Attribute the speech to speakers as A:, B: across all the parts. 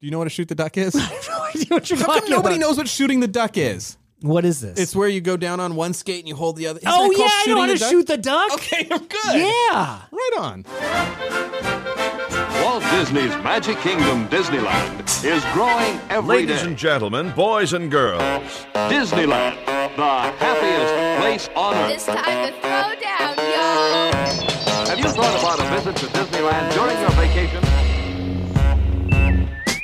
A: Do you know what a shoot the duck is?
B: I have no idea what you're
A: How come
B: talking
A: nobody
B: about.
A: knows what shooting the duck is?
B: What is this?
A: It's where you go down on one skate and you hold the other. Isn't
B: oh
A: that
B: yeah,
A: called shooting
B: I know how to
A: duck?
B: shoot the duck.
A: Okay, I'm good.
B: Yeah.
A: Right on.
C: Walt Disney's Magic Kingdom Disneyland is growing every day.
D: Ladies and gentlemen, boys and girls,
C: Disneyland, the happiest place on earth.
E: It's time to throw down, y'all.
C: Have you thought about a visit to Disneyland during your vacation?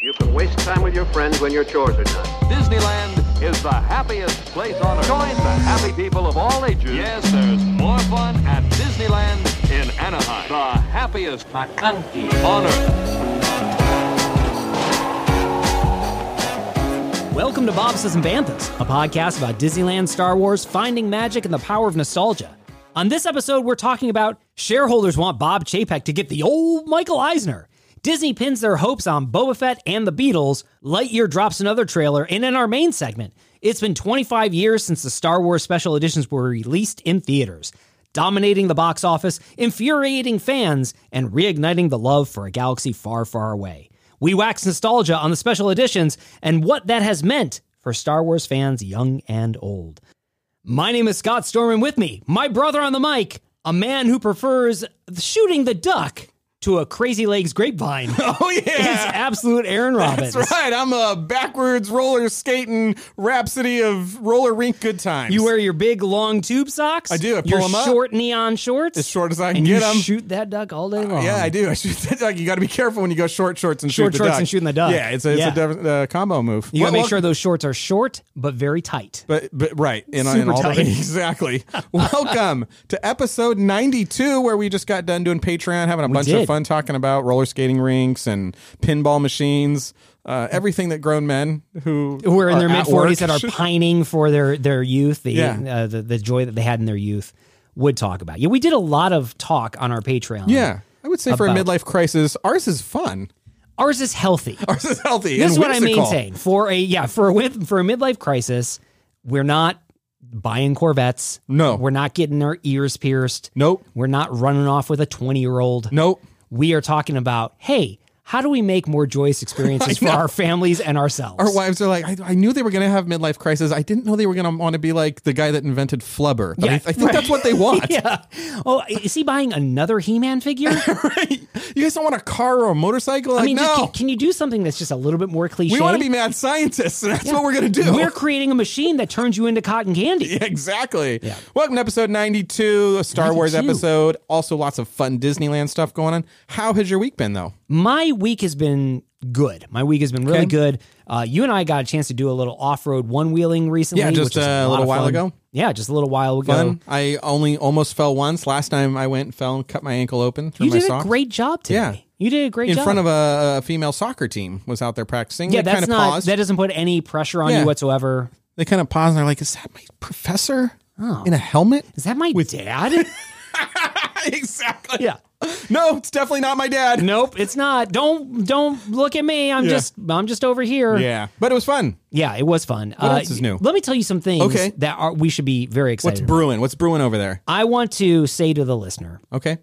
F: You can waste time with your friends when your chores are done.
C: Disneyland is the happiest place on earth. Join the happy people of all ages. Yes, there's more fun at Disneyland in Anaheim. The happiest on earth.
B: Welcome to Bobses and Banthas, a podcast about Disneyland, Star Wars, finding magic, and the power of nostalgia. On this episode, we're talking about shareholders want Bob Chapek to get the old Michael Eisner. Disney pins their hopes on Boba Fett and the Beatles. Lightyear drops another trailer, and in our main segment, it's been 25 years since the Star Wars special editions were released in theaters, dominating the box office, infuriating fans, and reigniting the love for a galaxy far, far away. We wax nostalgia on the special editions and what that has meant for Star Wars fans young and old. My name is Scott Storm, and with me, my brother on the mic, a man who prefers shooting the duck to a crazy legs grapevine.
A: Oh
B: It's
A: yeah.
B: absolute Aaron Robbins.
A: That's right. I'm a backwards roller skating rhapsody of roller rink good times.
B: You wear your big long tube socks.
A: I do, I pull
B: your
A: 'em up.
B: short neon shorts.
A: as short as I can
B: and
A: get
B: you
A: 'em. Uh,
B: shoot that duck all day long.
A: Yeah, I do. I shoot that duck. You got to be careful when you go short shorts and
B: Short
A: shoot the
B: shorts
A: duck.
B: and shooting the duck.
A: Yeah, it's a, it's
B: Yeah.
A: a different, uh, combo move.
B: You gotta
A: Well,
B: make sure those shorts are short but very tight.
A: But, but right, and, and
B: Super
A: all the
B: tight.
A: exactly. Welcome to episode ninety-two, where we just got done doing Patreon, having a bunch
B: did.
A: of fun talking about roller skating rinks and pinball machines, uh, everything that grown men who
B: Who are in their
A: at
B: mid forties
A: work
B: that are
A: should-
B: pining for their their youth, the,
A: Yeah.
B: uh, the the joy that they had in their youth, would talk about. Yeah, we did a lot of talk on our Patreon.
A: yeah. I would say for a
B: About-
A: midlife crisis, ours is fun.
B: ours is healthy.
A: Ours is healthy.
B: This
A: and
B: is what I
A: whimsical.
B: maintain for a yeah for a win- for a midlife crisis. We're not buying Corvettes.
A: No.
B: we're not getting our ears pierced.
A: Nope.
B: we're not running off with a twenty year old.
A: Nope.
B: we are talking about hey, how do we make more joyous experiences for our families and ourselves?
A: Our wives are like, I, I knew they were going to have midlife crisis. I didn't know they were going to want to be like the guy that invented flubber. But I,
B: Yeah,
A: I think
B: right.
A: that's what they want.
B: yeah. Oh, is he buying another He-Man figure?
A: You guys don't want a car or a motorcycle? Like,
B: I mean,
A: no.
B: just, can, can you do something that's just a little bit more cliche?
A: we want to be mad scientists, and that's what we're going to do.
B: We're creating a machine that turns you into cotton candy.
A: Yeah, exactly. Welcome to episode 92, a Star Wars
B: 92.
A: episode. Also, lots of fun Disneyland stuff going on. How has your week been, though?
B: my week has been good. My week has been really
A: Okay.
B: good. Uh, you and I got a chance to do a little off-road one-wheeling recently.
A: Yeah, just,
B: which was
A: uh, a
B: lot
A: little
B: of
A: while
B: fun.
A: ago.
B: Yeah, just a little while ago.
A: Fun. I only almost fell once. Last time I went and fell and cut my ankle open through
B: You
A: my
B: did
A: sock.
B: a great job today.
A: Yeah.
B: you did a great
A: in
B: job
A: front of a, a female soccer team was out there practicing.
B: Yeah,
A: they
B: that's
A: kind of
B: not.
A: paused.
B: That doesn't put any pressure on
A: Yeah.
B: you whatsoever.
A: they kind of paused and they're like, "Is that my professor in a helmet?"
B: Oh. Is that my dad?
A: exactly.
B: yeah.
A: No, it's definitely not my dad.
B: Nope, it's not. Don't don't look at me. I'm
A: Yeah.
B: just I'm just over here.
A: Yeah, but it was fun.
B: Yeah, it was fun. What
A: else is new?
B: Let me tell you some things
A: Okay.
B: that are we should be very
A: What's
B: excited. about.
A: brewing? What's brewing over there?
B: I want to say to the listener,
A: Okay.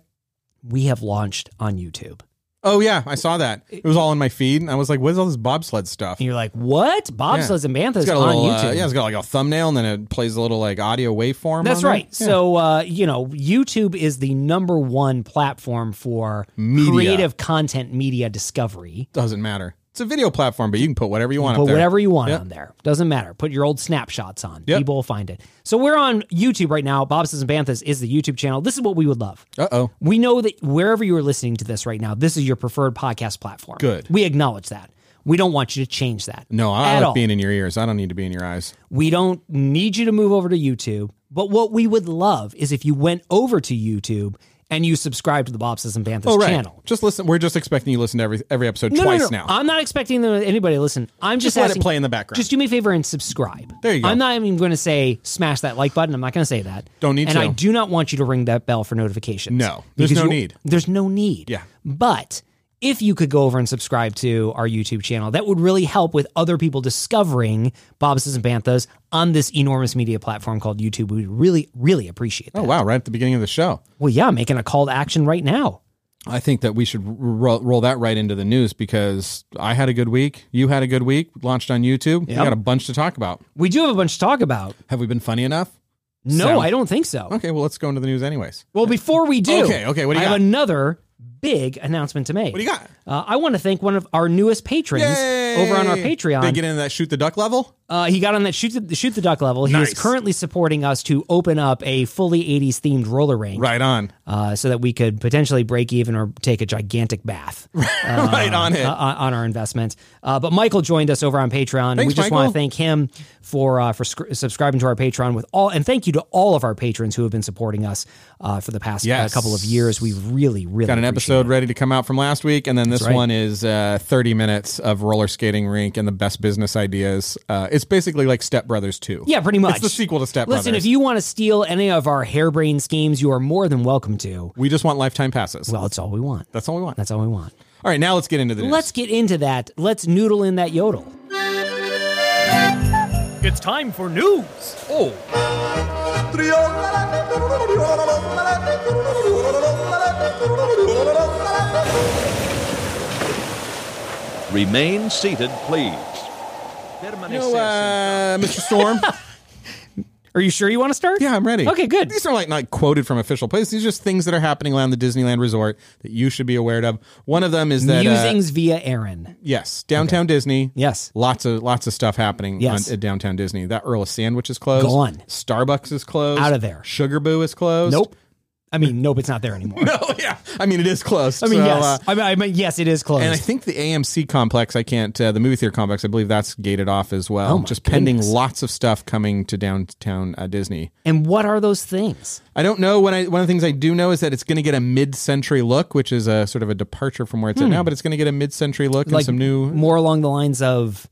B: we have launched on YouTube.
A: Oh yeah, I saw that. It was all in my feed, and I was like, "What is all this bobsled stuff?"
B: And you're like, what?
A: Yeah.
B: Bobsleds and Banthas
A: It's got a
B: on
A: little, uh,
B: YouTube.
A: yeah, it's got like a thumbnail, and then it plays a little like audio waveform.
B: That's
A: on there.
B: right.
A: Yeah.
B: So, uh, you know, YouTube is the number one platform for
A: Media.
B: creative content media discovery.
A: doesn't matter. It's a video platform, but you can put whatever you want.
B: Put
A: up there.
B: whatever you want
A: Yep.
B: on there. Doesn't matter. Put your old snapshots on.
A: Yep.
B: People will find it. So we're on YouTube right now. Bob Says and Banthas is the YouTube channel. This is what we would love.
A: Uh oh.
B: We know that wherever you are listening to this right now, this is your preferred podcast platform.
A: Good.
B: We acknowledge that. We don't want you to change that.
A: No, I
B: at
A: like
B: all.
A: being in your ears. I don't need to be in your eyes.
B: We don't need you to move over to YouTube, but what we would love is if you went over to YouTube and you subscribe to the Bob Says and Banthas
A: Oh right.
B: channel.
A: Just listen. We're just expecting you listen to every every episode
B: No, no,
A: twice
B: no, no.
A: now.
B: I'm not expecting them, anybody to listen. I'm just,
A: Just let it
B: asking-
A: play in the background.
B: Just do me a favor and subscribe.
A: There you go.
B: I'm not even going to say smash that like button. I'm not going to say that.
A: Don't need
B: and
A: to.
B: I do not want you to ring that bell for notifications.
A: No, there's
B: Because
A: no
B: you-
A: need.
B: There's no need.
A: Yeah.
B: But if you could go over and subscribe to our YouTube channel, that would really help with other people discovering Bob's and Banthas on this enormous media platform called YouTube. We would really, really appreciate that.
A: oh wow! Right at the beginning of the show.
B: Well, yeah, I'm making a call to action right now.
A: I think that we should ro- roll that right into the news because I had a good week. You had a good week. Launched on YouTube. We
B: Yep.
A: got a bunch to talk about.
B: We do have a bunch to talk about.
A: Have we been funny enough?
B: No,
A: So-
B: I don't think so.
A: Okay, well, let's go into the news anyways.
B: Well, before we do,
A: Okay, okay, what do you
B: I
A: got?
B: have another big announcement to make.
A: What do you got?
B: Uh, I want to thank one of our newest patrons over on our
A: Yay!
B: Patreon.
A: They get into that shoot the duck level.
B: Uh, he got on that shoot the, shoot the duck level. He is
A: Nice.
B: currently supporting us to open up a fully 80s themed roller rink
A: Right on.
B: uh, so that we could potentially break even or take a gigantic bath uh,
A: right on it.
B: uh, on our investment. Uh, but Michael joined us over on Patreon.
A: Thanks,
B: we just want to
A: Michael.
B: thank him for uh, for sc- subscribing to our Patreon with all and thank you to all of our patrons who have been supporting us uh, for the past uh,
A: Yes.
B: couple of years. We really really
A: got an
B: appreciate
A: episode ready to come out from last week, and then this
B: That's right.
A: one is uh, 30 minutes of roller skating rink and the best business ideas. Uh, it's basically like Step Brothers 2.
B: Yeah, pretty much.
A: It's the sequel to Step
B: Listen,
A: Brothers.
B: if you want to steal any of our harebrained schemes, you are more than welcome to.
A: we just want lifetime passes.
B: Well, it's all we want.
A: That's all we want.
B: That's all we want.
A: all right, now let's get into the news.
B: Let's get into that. Let's noodle in that yodel. It's time for news. Oh.
D: Remain seated, please.
A: You know, uh, Mr. Storm.
B: Are you sure you want to start?
A: yeah, I'm ready.
B: Okay, good.
A: These are like not quoted from official places. These are just things that are happening around the Disneyland Resort that you should be aware of. One of them is that uh,
B: Musings via Aaron.
A: Yes, downtown Disney.
B: Yes.
A: lots of lots of stuff happening
B: Yes.
A: on, at downtown Disney. That Earl of Sandwich is closed.
B: Gone.
A: Starbucks is closed.
B: Out of there.
A: Sugar Boo is closed.
B: Nope. I mean, nope, it's not there anymore.
A: Oh yeah. I mean, it is closed.
B: I mean,
A: So,
B: yes.
A: uh,
B: I, mean, I mean, yes, it is closed.
A: and I think the AMC complex, I can't, uh, the movie theater complex, I believe that's gated off as well.
B: Oh, my
A: Just pending
B: goodness.
A: lots of stuff coming to downtown uh, Disney.
B: And what are those things?
A: I don't know. When I, one of the things I do know is that it's going to get a mid-century look, which is a sort of a departure from where
B: Hmm.
A: it's at now. But it's going to get a mid-century look and some new
B: more along the lines of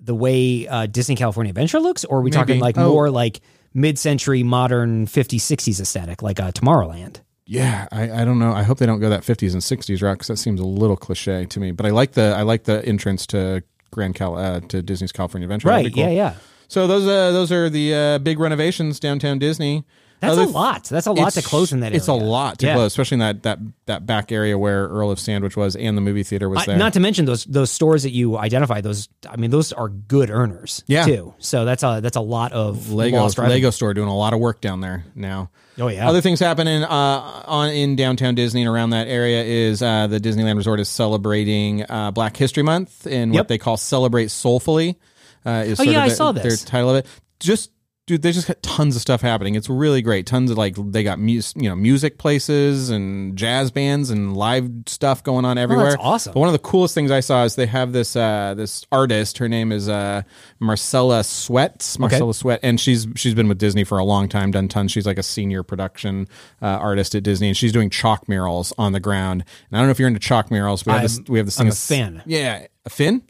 B: the way uh, Disney California Adventure looks, or are we
A: Maybe.
B: talking like
A: Oh.
B: more like mid-century modern 50s, 60s aesthetic, like uh, Tomorrowland?
A: Yeah, I, I don't know. I hope they don't go that fifties and sixties route because that seems a little cliche to me. But I like the I like the entrance to Grand Cal uh, to Disney's California Adventure. That'd
B: Right?
A: be cool.
B: Yeah, yeah.
A: So those uh, those are the uh, big renovations downtown Disney.
B: That's
A: Other
B: a
A: th-
B: lot. That's a lot to
A: Oh, it's-
B: close in that area.
A: It's a lot to
B: Yeah.
A: close, especially in that, that that back area where Earl of Sandwich was and the movie theater was
B: I-
A: there.
B: not to mention those those stores that you identify. Those I mean, those are good earners.
A: Yeah.
B: Too. So that's a that's a lot of
A: Lego
B: lost revenue.
A: Lego store doing a lot of work down there now.
B: Oh, yeah.
A: Other things happening uh, on in downtown Disney and around that area is uh, the Disneyland Resort is celebrating uh, Black History Month and
B: Yep.
A: what they call Celebrate Soulfully. Uh, is
B: Oh,
A: sort
B: yeah,
A: of
B: I
A: the-
B: saw
A: Their
B: this.
A: title of it. Just dude, they just got tons of stuff happening. It's really great. Tons of like they got mus- you know music places and jazz bands and live stuff going on everywhere.
B: Oh, awesome.
A: But one of the coolest things I saw is they have this uh, this artist. Her name is uh, Marcella Sweat. Marcella Sweat, and she's she's been with Disney for a long time. Done tons. She's like a senior production uh, artist at Disney, and she's doing chalk murals on the ground. And I don't know if you're into chalk murals, but we have this,
B: I'm-
A: we have this
B: I'm
A: thing.
B: a
A: that's-
B: fan.
A: Yeah, a fin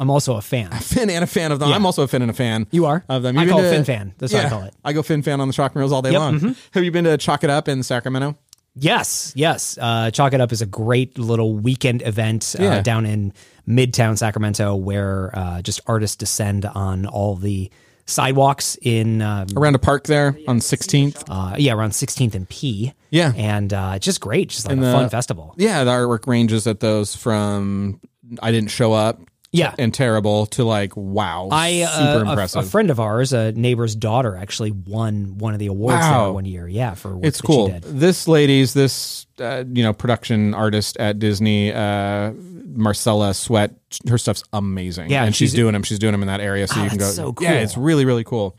B: I'm also a fan.
A: fin and a fan of them. I'm also a fin and a fan.
B: You are?
A: of them.
B: I
A: been
B: call
A: to-
B: it fin fan. That's what I call it. Mm-hmm.
A: I go fin fan on the chalk murals all day long. Have you been to Chalk It Up in Sacramento?
B: Yes, yes. Uh, Chalk It Up is a great little weekend event uh,
A: Yeah.
B: down in Midtown Sacramento, where uh, just artists descend on all the sidewalks in um,
A: Around a park there on 16th.
B: uh, yeah around 16th and P.
A: Yeah.
B: and uh, it's just great, just like
A: And
B: a
A: the-
B: fun festival.
A: Yeah, the artwork ranges at those from I didn't show up.
B: Yeah.
A: And terrible to like wow.
B: I uh,
A: super
B: a-
A: impressive.
B: A, friend of ours, a neighbor's daughter, actually won one of the awards there
A: Wow.
B: one year. Yeah, for work
A: it's
B: that
A: cool.
B: She did.
A: This lady's this uh, you know production artist at Disney, uh, Marcella Sweat. Her stuff's amazing.
B: Yeah,
A: and she's,
B: she's- Oh,
A: doing them. She's doing them in that area, so you can go.
B: that's so cool.
A: Yeah, it's really really cool.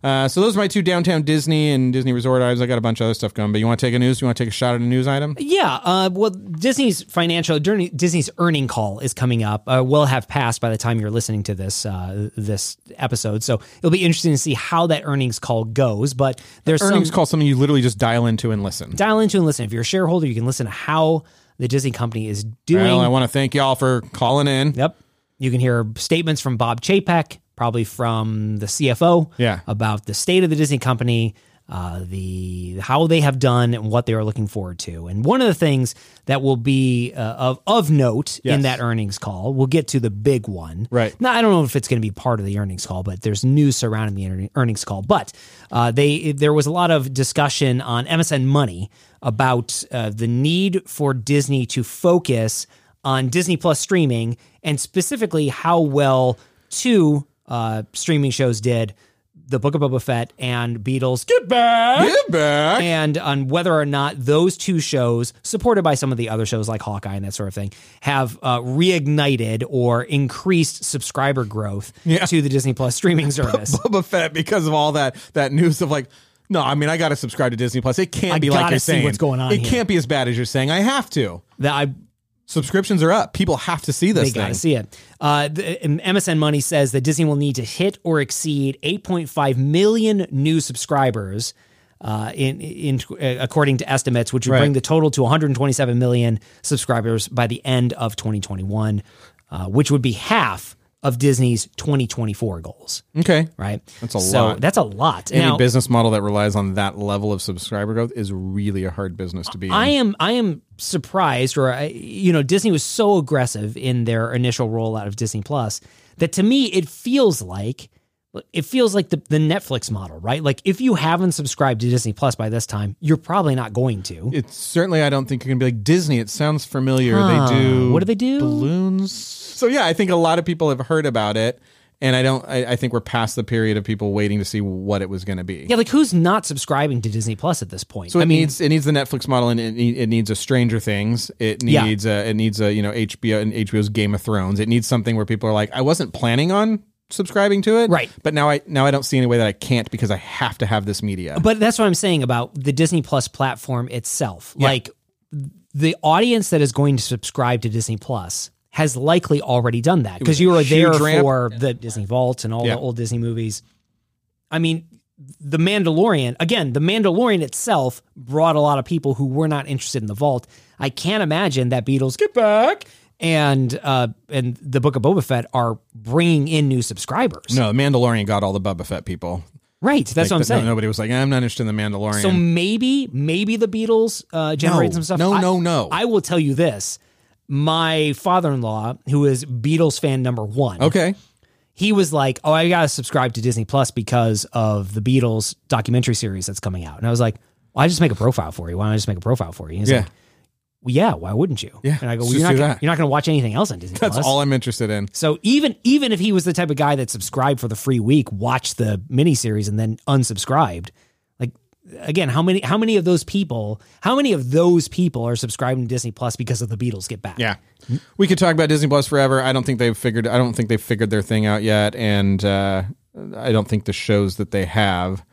A: Uh, so those are my two downtown Disney and Disney Resort items. I got a bunch of other stuff going, but you want to take a news? You want to take a shot at a news item?
B: Yeah, uh, well, Disney's financial during- Disney's earning call is coming up. Uh, will have passed by the time you're listening to this uh, this episode, so it'll be interesting to see how that earnings call goes. But there's
A: Earnings
B: some
A: call something you literally just dial into and listen.
B: dial into and listen. If you're a shareholder, you can listen to how the Disney company is doing.
A: Well, I want to thank y'all for calling in.
B: Yep. You can hear statements from Bob Chapek, probably from the CFO,
A: Yeah.
B: about the state of the Disney company, uh, the how they have done and what they are looking forward to. And one of the things that will be uh, of of note
A: Yes.
B: in that earnings call, we'll get to the big one.
A: Right.
B: Now, I don't know if it's going to be part of the earnings call, but there's news surrounding the earning- earnings call. But uh, they there was a lot of discussion on MSN Money, about uh, the need for Disney to focus on Disney Plus streaming and specifically how well two uh, streaming shows did The Book of Boba Fett and Beatles Get Back
A: Get back.
B: and on whether or not those two shows, supported by some of the other shows like Hawkeye and that sort of thing, have uh, reignited or increased subscriber growth
A: Yeah.
B: to the Disney Plus streaming service.
A: Boba Fett because of all that that news of like. No, I mean I got to subscribe to Disney Plus. It can't
B: I
A: be like
B: gotta
A: you're
B: see
A: saying.
B: what's going on
A: It
B: here.
A: can't be as bad as you're saying. I have to.
B: that I
A: Subscriptions are up. People have to see this
B: they got
A: thing.
B: to see it. Uh, the, um, MSN Money says that Disney will need to hit or exceed 8.5 million new subscribers. Uh, in in uh, according to estimates, which would
A: Right.
B: bring the total to 127 million subscribers by the end of 2021, uh, which would be half of Disney's 2024 goals.
A: okay,
B: Right,
A: That's a
B: so
A: lot.
B: That's a lot.
A: Any
B: Now,
A: business model that relies on that level of subscriber growth is really a hard business to be in.
B: I am I am surprised, or I, you know, Disney was so aggressive in their initial rollout of Disney Plus that to me it feels like it feels like the, the Netflix model, right? Like if you haven't subscribed to Disney Plus by this time, you're probably not going to.
A: it's certainly I don't think you're gonna be like Disney. It sounds familiar. They do
B: what do they do?
A: Balloons. So yeah, I think a lot of people have heard about it, and I don't. I, I think we're past the period of people waiting to see what it was gonna be.
B: Yeah, like who's not subscribing to Disney Plus at this point?
A: So it
B: I mean,
A: needs it needs the Netflix model and it, need- it needs a Stranger Things. It
B: Yeah.
A: needs a, it needs a you know HBO and HBO's Game of Thrones. It needs something where people are like, I wasn't planning on subscribing to it,
B: Right.
A: But now I now I don't see any way that I can't because I have to have this media.
B: but that's what I'm saying about the Disney Plus platform itself. Like the audience that is going to subscribe to Disney Plus has likely already done that because you were
A: huge
B: there
A: ramp.
B: for the Disney Vault and all
A: Yeah.
B: the old Disney movies. I mean, The Mandalorian, again, The Mandalorian itself brought a lot of people who were not interested in the Vault. I can't imagine that Beatles Get Back and uh and The Book of Boba Fett are bringing in new subscribers.
A: no, The Mandalorian got all the Boba Fett people.
B: Right, that's what I'm
A: Like,
B: saying.
A: No, nobody was like, I'm not interested in the Mandalorian.
B: So maybe, maybe the Beatles uh, generate
A: No,
B: some stuff.
A: no,
B: I-
A: no, no.
B: I will tell you this: my father-in-law, who is Beatles fan number one,
A: okay,
B: he was like, "Oh, I gotta subscribe to Disney Plus because of the Beatles documentary series that's coming out." And I was like, well, "I just make a profile for you. Why don't I just make a profile for you?" He's
A: yeah,
B: like, well, "Yeah, why wouldn't you?"
A: Yeah,
B: and I go,
A: let's
B: well, "You're
A: just
B: not
A: do
B: gonna,
A: that."
B: you're not going to watch anything else on Disney
A: that's
B: Plus."
A: all I'm interested in.
B: so even even if he was the type of guy that subscribed for the free week, watched the miniseries, and then unsubscribed, like again, how many how many of those people how many of those people are subscribing to Disney Plus because of the Beatles Get Back?
A: Yeah, we could talk about Disney Plus forever. I don't think they've figured. I don't think they've figured their thing out yet, and uh, I don't think the shows that they have.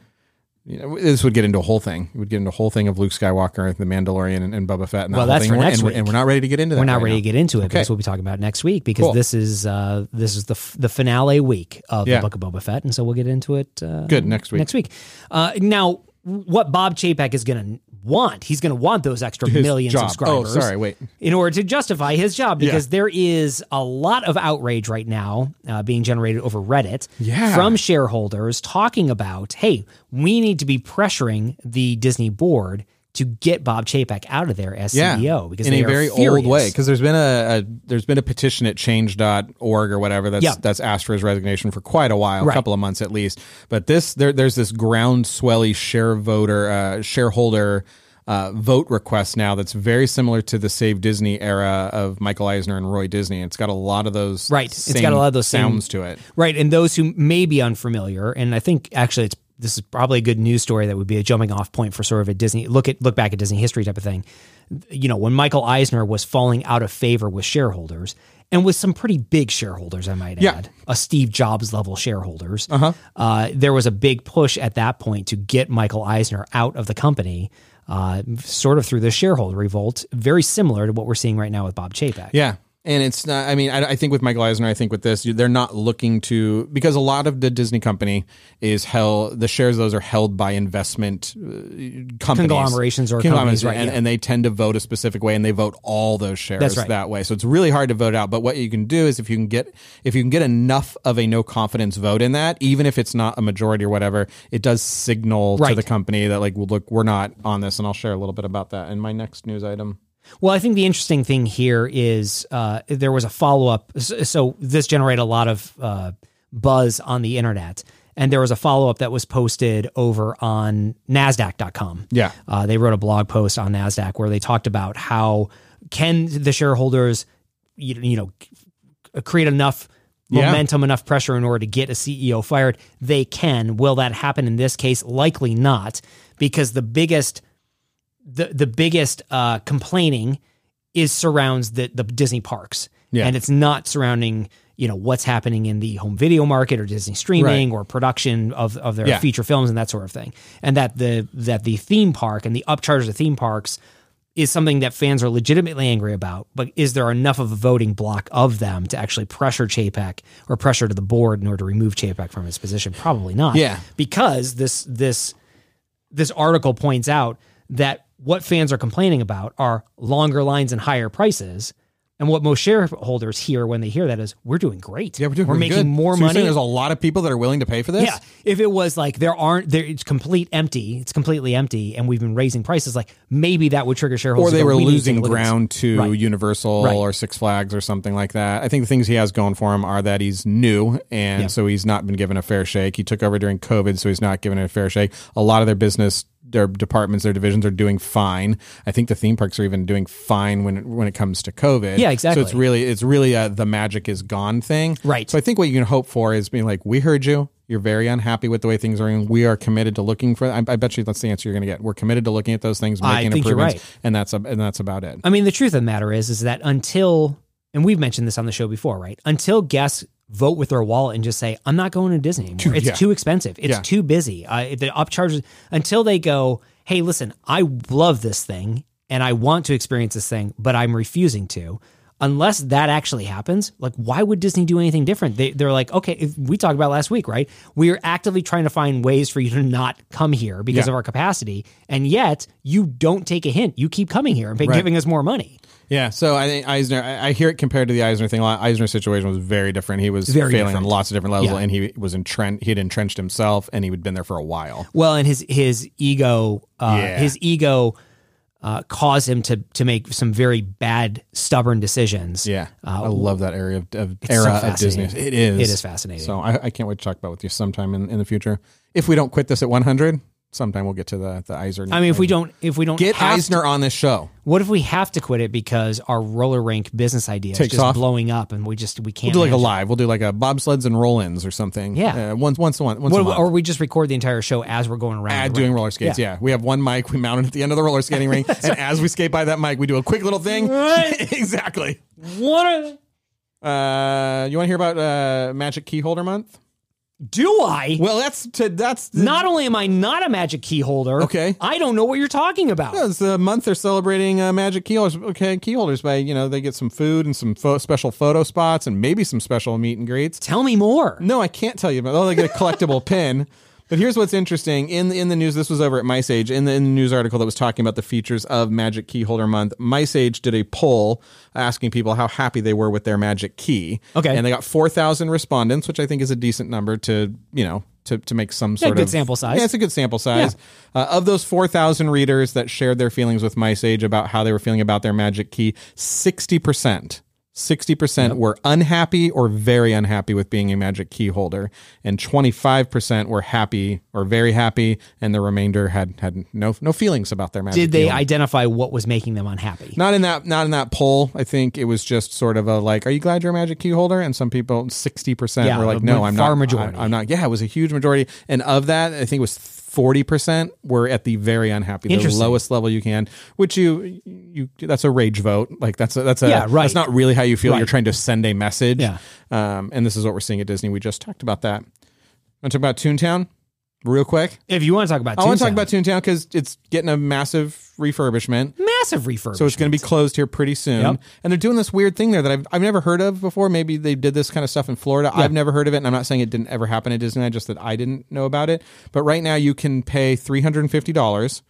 A: You know, this would get into a whole thing. It would get into a whole thing of Luke Skywalker, and the Mandalorian, and, and Boba Fett. And that whole
B: Well, that's
A: thing.
B: for
A: We're-
B: next
A: and, we're-
B: week.
A: and we're not ready to get into that.
B: We're not
A: right
B: ready
A: now.
B: to get into it. but
A: Okay.
B: That's what we'll be talking about next week because
A: Cool.
B: this is uh, this is the f- the finale week of
A: Yeah.
B: the Book of Boba Fett, and so we'll get into it. Uh,
A: Good next week.
B: next week. Uh, now, what Bob Chapek is going to want, he's going to want those extra
A: His
B: million
A: job.
B: subscribers.
A: Oh, sorry, wait.
B: In order to justify his job, because there is a lot of outrage right now uh, being generated over Reddit
A: Yeah.
B: from shareholders talking about, hey, we need to be pressuring the Disney board to get Bob Chapek out of there as
A: Yeah,
B: CEO E because
A: in
B: they
A: a
B: are
A: very old
B: furious.
A: way, because there's been a, a there's been a petition at change.org or whatever that's
B: Yeah.
A: that's asked for his resignation for quite a while,
B: Right.
A: a couple of months at least. But this there there's this groundswelly share voter uh, shareholder. Uh, vote request now that's very similar to the Save Disney era of Michael Eisner and Roy Disney. It's got a lot of those
B: Right. It's got a lot of those same-
A: sounds to it.
B: Right, and those who may be unfamiliar, and I think actually it's this is probably a good news story that would be a jumping off point for sort of a Disney look at look back at Disney history type of thing. You know, when Michael Eisner was falling out of favor with shareholders and with some pretty big shareholders, I might
A: Yeah.
B: add, a Steve Jobs level shareholders. Uh-huh. there was a big push at that point to get Michael Eisner out of the company, uh, sort of through the shareholder revolt, very similar to what we're seeing right now with Bob Chapek.
A: Yeah. And it's not, I mean, I, I think with Michael Eisner, I think with this, you- they're not looking to, because a lot of the Disney company is held, the shares of those are held by investment uh, companies.
B: Conglomerations or companies, right,
A: And,
B: yeah.
A: and they tend to vote a specific way and they vote all those shares
B: That's right.
A: that way. So it's really hard to vote out. But what you can do is if you can get, if you can get enough of a no confidence vote in that, even if it's not a majority or whatever, it does signal to
B: Right.
A: the company that like, well, look, we're not on this. And I'll share a little bit about that in my next news item.
B: Well, I think the interesting thing here is uh, there was a follow up. So, so this generated a lot of uh, buzz on the internet And there was a follow up that was posted over on NASDAQ.com.
A: Yeah.
B: Uh, they wrote a blog post on NASDAQ where they talked about how can the shareholders, you, you know, c- create enough
A: Yeah.
B: momentum, enough pressure in order to get a CEO fired? They can. Will that happen in this case? Likely not, because the biggest the the biggest uh, complaining is surrounds the the Disney parks,
A: Yeah.
B: and it's not surrounding you know what's happening in the home video market or Disney streaming or production of of their
A: Yeah.
B: feature films and that sort of thing, and that the that the theme park and the upcharge of theme parks is something that fans are legitimately angry about. But is there enough of a voting block of them to actually pressure Chapek or pressure to the board in order to remove Chapek from his position? Probably not.
A: Yeah.
B: because this this this article points out that what fans are complaining about are longer lines and higher prices. And what most shareholders hear when they hear that is, we're doing great.
A: Yeah, we're doing
B: making
A: good.
B: more
A: So you're saying
B: money.
A: There's a lot of people that are willing to pay for this.
B: yeah. If it was like, there aren't, there, it's complete empty, it's completely empty, and we've been raising prices, like maybe that would trigger shareholders.
A: Or
B: to
A: they
B: go,
A: were
B: "We need to
A: losing
B: look at this."
A: ground to
B: Right.
A: Universal
B: Right.
A: or Six Flags or something like that. I think the things he has going for him are that he's new and
B: Yeah.
A: so he's not been given a fair shake. He took over during COVID, so he's not given a fair shake. A lot of their business, their departments, their divisions are doing fine. I think the theme parks are even doing fine when it, when it comes to COVID.
B: Yeah,
A: So it's
B: exactly.
A: really it's really a, the magic is gone thing.
B: Right.
A: So I think what you can hope for is being like, we heard you. You're very unhappy with the way things are, and we are committed to looking for. I, I bet you that's the answer you're going to get. We're committed to looking at those things,
B: I
A: making
B: think you're
A: improvements,
B: right.
A: and that's and that's about it.
B: I mean, the truth of the matter is, is that until, and we've mentioned this on the show before, right? Until guests vote with their wallet and just say, "I'm not going to Disney anymore. it's
A: yeah.
B: too expensive. It's
A: Yeah.
B: too busy." Uh, the upcharges until they go, "Hey, listen, I love this thing and I want to experience this thing, but I'm refusing to." Unless that actually happens, like why would Disney do anything different? They, they're like, okay, if we talked about last week, right? We are actively trying to find ways for you to not come here because
A: Yeah.
B: of our capacity, and yet you don't take a hint. You keep coming here and pay-
A: Right.
B: giving us more money.
A: Yeah. So I think Eisner. I, I hear it compared to the Eisner thing a lot. Eisner's situation was very different. He was
B: Very
A: failing
B: different.
A: on lots of different levels,
B: Yeah.
A: and he was entrenched. He had entrenched himself, and he had been there for a while.
B: Well, and his his ego, uh,
A: Yeah.
B: his ego, uh, caused him to to make some very bad, stubborn decisions.
A: Yeah,
B: Uh,
A: I love that area of, of
B: it's so
A: era of Disney.
B: fascinating.
A: It is.
B: It is fascinating.
A: So I, I can't wait to talk about with you sometime in, in the future. If we don't quit this at 100, sometime we'll get to the the Eisner.
B: I mean, if we don't, if we don't
A: get
B: have
A: Eisner
B: to-
A: on this show,
B: what if we have to quit it because our roller rink business idea is
A: Takes
B: just
A: off.
B: blowing up and we just we can't
A: we'll do like a
B: manage it.
A: live. We'll do like a bobsleds and roll-ins or something.
B: Yeah.
A: uh, once once a month. Once a
B: What,
A: month.
B: or we just record the entire show as we're going around.
A: ad
B: the rink.
A: Ah, doing roller skates. Yeah. we have one mic we mounted at the end of the roller skating ring, and as we skate by that mic, we do a quick little thing. exactly.
B: What are,
A: Uh, you want to hear about uh, Magic Key Holder Month?
B: do I?
A: Well, that's to, that's the,
B: not only am I not a magic key holder,
A: Okay.
B: I don't know what you're talking about.
A: It's the month they're celebrating uh, magic keyholders. Okay, keyholders by you know they get some food and some pho- special photo spots and maybe some special meet and greets.
B: Tell me more.
A: No, I can't tell you about. Oh, they get a collectible pin. But here's what's interesting in in the news. This was over at MySage in the in the news article that was talking about the features of Magic Key Holder Month. MySage did a poll asking people how happy they were with their Magic Key.
B: Okay.
A: and they got four thousand respondents, which I think is a decent number to you know to to make some
B: Yeah,
A: sort
B: good
A: of
B: sample size.
A: Yeah, it's a good sample size. Uh, of those four thousand readers that shared their feelings with MySage about how they were feeling about their Magic Key, sixty percent 60% were unhappy or very unhappy with being a magic key holder and 25% were happy or very happy and the remainder had had no no feelings about their magic
B: Did they
A: key holder.
B: identify what was making them unhappy?
A: not in that not in that poll i think it was just sort of a like are you glad you're a magic key holder and some people 60%
B: Yeah,
A: were
B: a
A: like no i'm
B: far
A: not
B: majority.
A: I, am not yeah it was a huge majority and of that i think it was 40% were at the very unhappy the
B: Interesting.
A: lowest level you can which you you that's a rage vote like that's a, that's a
B: Yeah, right.
A: that's not really how you feel you're
B: Right.
A: trying to send a message
B: Yeah.
A: um, and this is what we're seeing at disney we just talked about that want to talk about toontown real quick
B: If you want to talk about,
A: i want to
B: Toontown.
A: talk about toontown because it's getting a massive refurbishment
B: massive refurbishment.
A: so it's going to be closed here pretty soon.
B: Yep.
A: And they're doing this weird thing there that I've, I've never heard of before. Maybe they did this kind of stuff in Florida. I've never heard of it. And I'm not saying it didn't ever happen at Disneyland, just that I didn't know about it. But right now, you can pay $350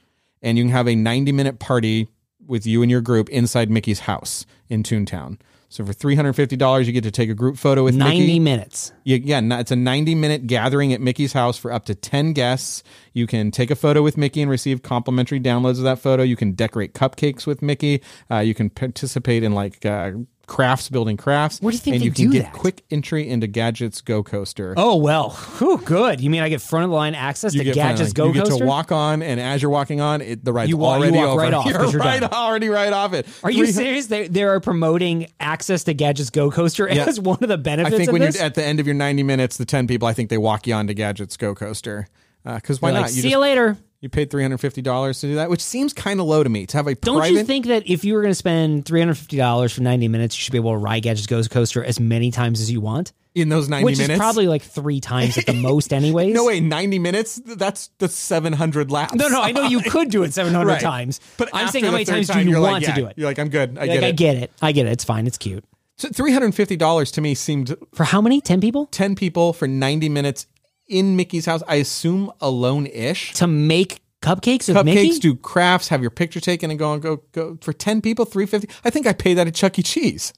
A: and you can have a 90 minute party with you and your group inside Mickey's house in Toontown. So for $350, you get to take a group photo with
B: ninety
A: Mickey.
B: minutes.
A: You, yeah, no- it's a 90 minute gathering at Mickey's house for up to 10 guests. You can take a photo with Mickey and receive complimentary downloads of that photo. You can decorate cupcakes with Mickey. Uh, you can participate in like uh, crafts building crafts.
B: Where do you think
A: and
B: they
A: you can
B: do
A: get
B: that?
A: quick entry into Gadgets Go Coaster.
B: Oh well, Whew, good. You mean I get front of the line access to Gadgets
A: finally-
B: Go
A: you get
B: Coaster?
A: to walk on, and as you're walking on, it, the ride's
B: You walk- you
A: already
B: walk
A: over.
B: right off
A: You're
B: 'cause you're
A: right-
B: done.
A: already right off it.
B: Are you
A: Three-
B: serious? They they are promoting access to Gadgets Go Coaster
A: Yeah.
B: as one of the
A: I
B: benefits.
A: think
B: of
A: when
B: this?
A: you're at the end of your 90 minutes, the 10 people, I think they walk you on to Gadgets Go Coaster. Because why
B: They're
A: not?
B: like,
A: you,
B: see you later.
A: you paid $350 to do that, which seems kind of low to me to have a
B: Don't
A: private.
B: you think that if you were going to spend three hundred fifty dollars for ninety minutes, you should be able to ride Gadgets Go Coaster as many times as you want?
A: in those 90
B: Which
A: minutes?
B: is probably like three times at the most, anyways.
A: No way, 90 minutes? That's the 700 laps.
B: No, no, I know you could do it 700
A: Right.
B: times.
A: But
B: I'm
A: after
B: saying how
A: the
B: many
A: third
B: times
A: time,
B: do you
A: you're like,
B: want
A: yeah.
B: to do it?
A: You're like, I'm good. I
B: Like,
A: get it.
B: I get it. I get it. It's fine. It's cute.
A: So $350 to me seemed
B: For how many? 10 people?
A: 10 people for 90 minutes in Mickey's house, I assume alone ish.
B: To make cupcakes with
A: Cupcakes,
B: Mickey?
A: do crafts, have your picture taken, and go on go go for ten people, three fifty. I think I paid that at Chuck E. Cheese.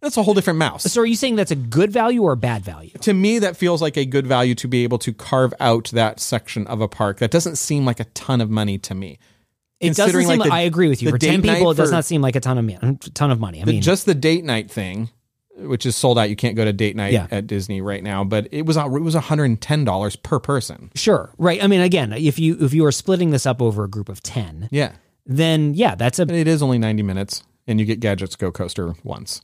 A: That's a whole different mouse.
B: so are you saying that's a good value or a bad value?
A: to me, that feels like a good value to be able to carve out that section of a park. That doesn't seem like a ton of money to me.
B: It doesn't
A: Considering,
B: seem like,
A: like, the-
B: I agree with you.
A: the
B: For 10
A: date
B: people,
A: night
B: it does
A: for-
B: not seem like a ton of, man, ton of money. I
A: The-
B: mean,
A: just the date night thing, which is sold out. You can't go to date night
B: Yeah.
A: at Disney right now, but it was it was one hundred and ten dollars per person.
B: sure. Right. I mean, again, if you if you are splitting this up over a group of 10,
A: Yeah,
B: then yeah, that's a.
A: and it is only ninety minutes, and you get gadgets go coaster once,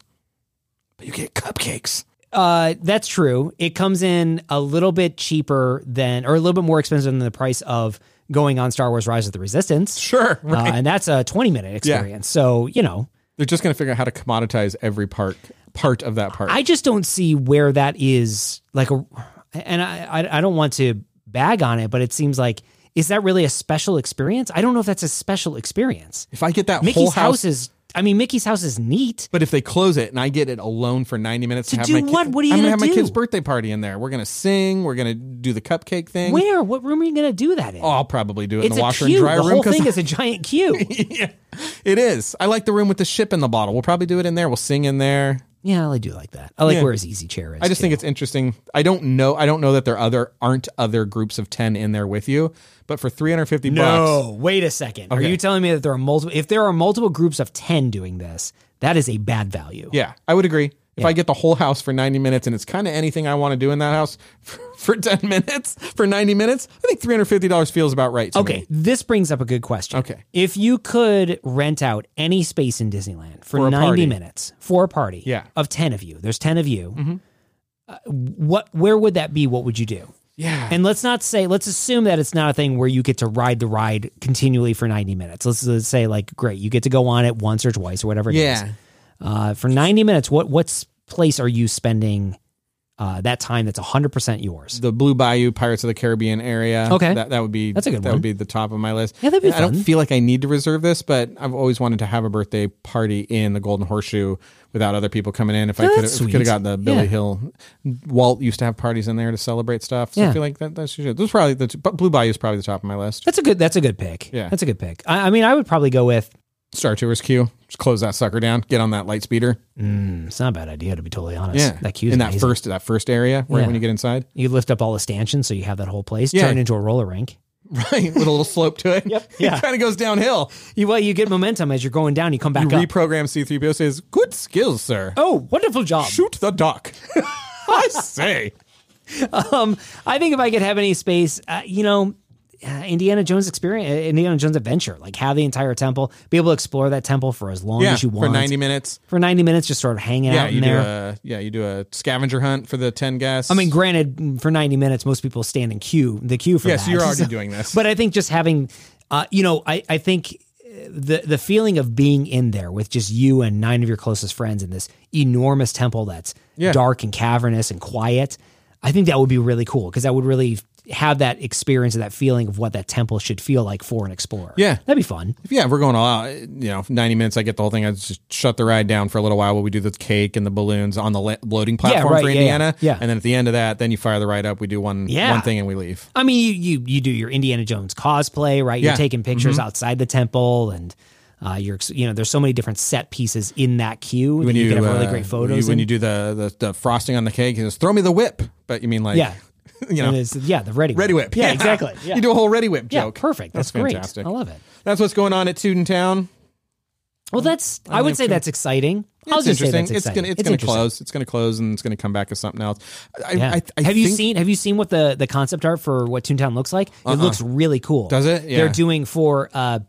A: but you get cupcakes.
B: Uh, that's true. It comes in a little bit cheaper than, or a little bit more expensive than the price of going on Star Wars Rise of the Resistance.
A: Sure,
B: Uh, and that's a 20 minute
A: Yeah.
B: experience. So, you know,
A: They're just going to figure out how to commoditize every part part of that park.
B: I just don't see where that is like a, and I, I, I don't want to bag on it, but it seems like, is that really a special experience? I don't know if that's a special experience.
A: if I get that whole
B: Mickey's
A: house,
B: house is, I mean, Mickey's house is neat.
A: but if they close it and I get it alone for ninety minutes
B: To
A: to have
B: do
A: my kid-
B: what? What are you
A: I'm
B: gonna
A: have
B: do?
A: my kid's birthday party in there. We're going to sing. We're going to do the cupcake thing.
B: Where? What room are you going to do that in?
A: Oh, I'll probably do it in
B: it's
A: the
B: a
A: washer
B: queue.
A: and dryer
B: the
A: room
B: whole thing is a giant queue.
A: it is. I like the room with the ship in the bottle. We'll probably do it in there. We'll sing in there.
B: yeah, I do like that. I like
A: Yeah.
B: where his easy chair is.
A: I just
B: too.
A: think it's interesting. I don't know. I don't know that there other aren't other groups of ten in there with you, but for three hundred fifty bucks,
B: No, wait a second. Are
A: Okay.
B: you telling me that there are multiple? If there are multiple groups of ten doing this, that is a bad value.
A: Yeah, I would agree. If I get the whole house for 90 minutes and it's kind of anything I want to do in that house for, for 10 minutes, for 90 minutes, I think $350 feels about right to
B: Okay,
A: me.
B: this brings up a good question.
A: Okay.
B: if you could rent out any space in Disneyland for,
A: For a
B: ninety
A: party.
B: minutes for a party,
A: Yeah. Mm-hmm.
B: of ten of you, there's ten of you. uh, what? Where would that be? What would you do?
A: Yeah.
B: And let's not say, let's assume that it's not a thing where you get to ride the ride continually for 90 minutes. Let's, let's say, like, great, you get to go on it once or twice or whatever it is.
A: Yeah.
B: Uh, for 90 minutes, what what's place are you spending uh, that time that's 100% yours?
A: The Blue Bayou Pirates of the Caribbean area.
B: Okay.
A: That, that would be
B: That's a good
A: that
B: one.
A: would be the top of my list.
B: Yeah, that'd be
A: And I
B: fun.
A: don't feel like I need to reserve this, but I've always wanted to have a birthday party in the Golden Horseshoe without other people coming in. If I
B: Oh,
A: could
B: that's
A: have could have got
B: sweet.
A: the Billy
B: Yeah.
A: Hill Walt used to have parties in there to celebrate stuff. So
B: Yeah.
A: I feel like that that's usually those probably the but Blue Bayou is probably the top of my list.
B: That's a good that's a good pick.
A: Yeah.
B: That's a good pick. I, I mean, I would probably go with
A: Star Tours queue. Just close that sucker down. Get on that light speeder.
B: it's not a bad idea to be totally honest.
A: Yeah,
B: That cue's
A: in
B: amazing.
A: that first that first area where
B: Yeah.
A: when you get inside,
B: you lift up all the stanchions so you have that whole place,
A: Yeah.
B: turn it into a roller rink.
A: right, with a little slope to it. Yep,
B: yeah.
A: it kind of goes downhill.
B: You well, you get momentum as you're going down, you come back
A: You
B: up.
A: reprogram C three PO says, "Good skills, sir.
B: oh, wonderful job.
A: Shoot the duck." I say,
B: Um, I think if I could have any space, uh, you know, uh, Indiana Jones experience, uh, Indiana Jones adventure, like have the entire temple, be able to explore that temple for as long
A: yeah,
B: as you
A: for
B: want.
A: ninety minutes.
B: For 90 minutes, just sort of hanging
A: Yeah,
B: out in
A: you do
B: there.
A: a yeah, you do a scavenger hunt for the ten guests.
B: I mean, granted, for 90 minutes, most people stand in queue, the queue for
A: yeah,
B: that.
A: so you're already doing this,
B: But I think just having, uh, you know, I, I think uh, the the feeling of being in there with just you and nine of your closest friends in this enormous temple that's
A: Yeah.
B: dark and cavernous and quiet, I think that would be really cool because that would really have that experience and that feeling of what that temple should feel like for an explorer.
A: Yeah.
B: that'd be fun.
A: yeah, we're going all out. You know, ninety minutes. I get the whole thing. I just shut the ride down for a little while while we do the cake and the balloons on the la- loading platform
B: right,
A: for
B: yeah, yeah,
A: Indiana.
B: yeah.
A: and then at the end of that, then you fire the ride up. We do one
B: Yeah.
A: one thing and we leave.
B: I mean, you you you do your Indiana Jones cosplay, right? You're
A: Yeah. Mm-hmm.
B: taking pictures outside the temple and. Uh, you're, ex- you know, there's so many different set pieces in that queue that you, can have really
A: uh,
B: great photos.
A: you- when
B: in.
A: you do the, the the frosting on the cake, you just throw me the whip. But you mean like
B: Yeah.
A: you know,
B: And it's- yeah, the ready
A: ready whip.
B: Yeah, exactly. Yeah.
A: You do a whole ready whip
B: Yeah,
A: joke.
B: perfect. That's, great.
A: fantastic.
B: I love it.
A: That's what's going on at Toon Town.
B: Well, that's I would
A: think
B: say
A: so.
B: that's exciting. I'll
A: It's
B: just say
A: interesting.
B: that's
A: it's
B: exciting.
A: gonna it's,
B: It's
A: gonna
B: interesting.
A: close. It's gonna close and it's gonna come back as something else. I,
B: Yeah.
A: I, I
B: have you
A: think-
B: seen Have you seen what the the concept art for what Toontown looks like? It looks really cool.
A: Uh-huh. Does it? Yeah.
B: They're doing for uh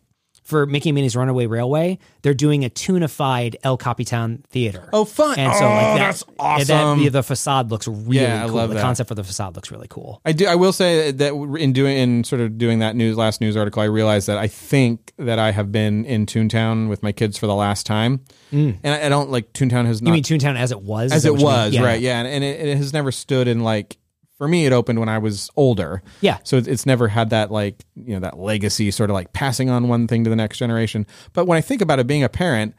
B: for Mickey and Minnie's Runaway Railway. They're doing a tunified El Capitan theater.
A: Oh, fun.
B: And so
A: Oh,
B: like that,
A: that's
B: and that-
A: awesome.
B: the, the facade looks really
A: Yeah, I
B: cool.
A: love
B: the
A: that.
B: concept for the facade looks really cool.
A: I do. I will say that in doing in sort of doing that news last news article, I realized that I think that I have been in Toontown with my kids for the last time, and I, I don't like Toontown has not
B: Mm. You mean Toontown as it was? Is
A: as
B: that
A: it
B: what you mean?
A: was right, yeah, and, and it, it has never stood in like for me it opened when I was older,
B: Yeah.
A: so it- it's never had that like you know that legacy sort of like passing on one thing to the next generation. But when I think about it, being a parent.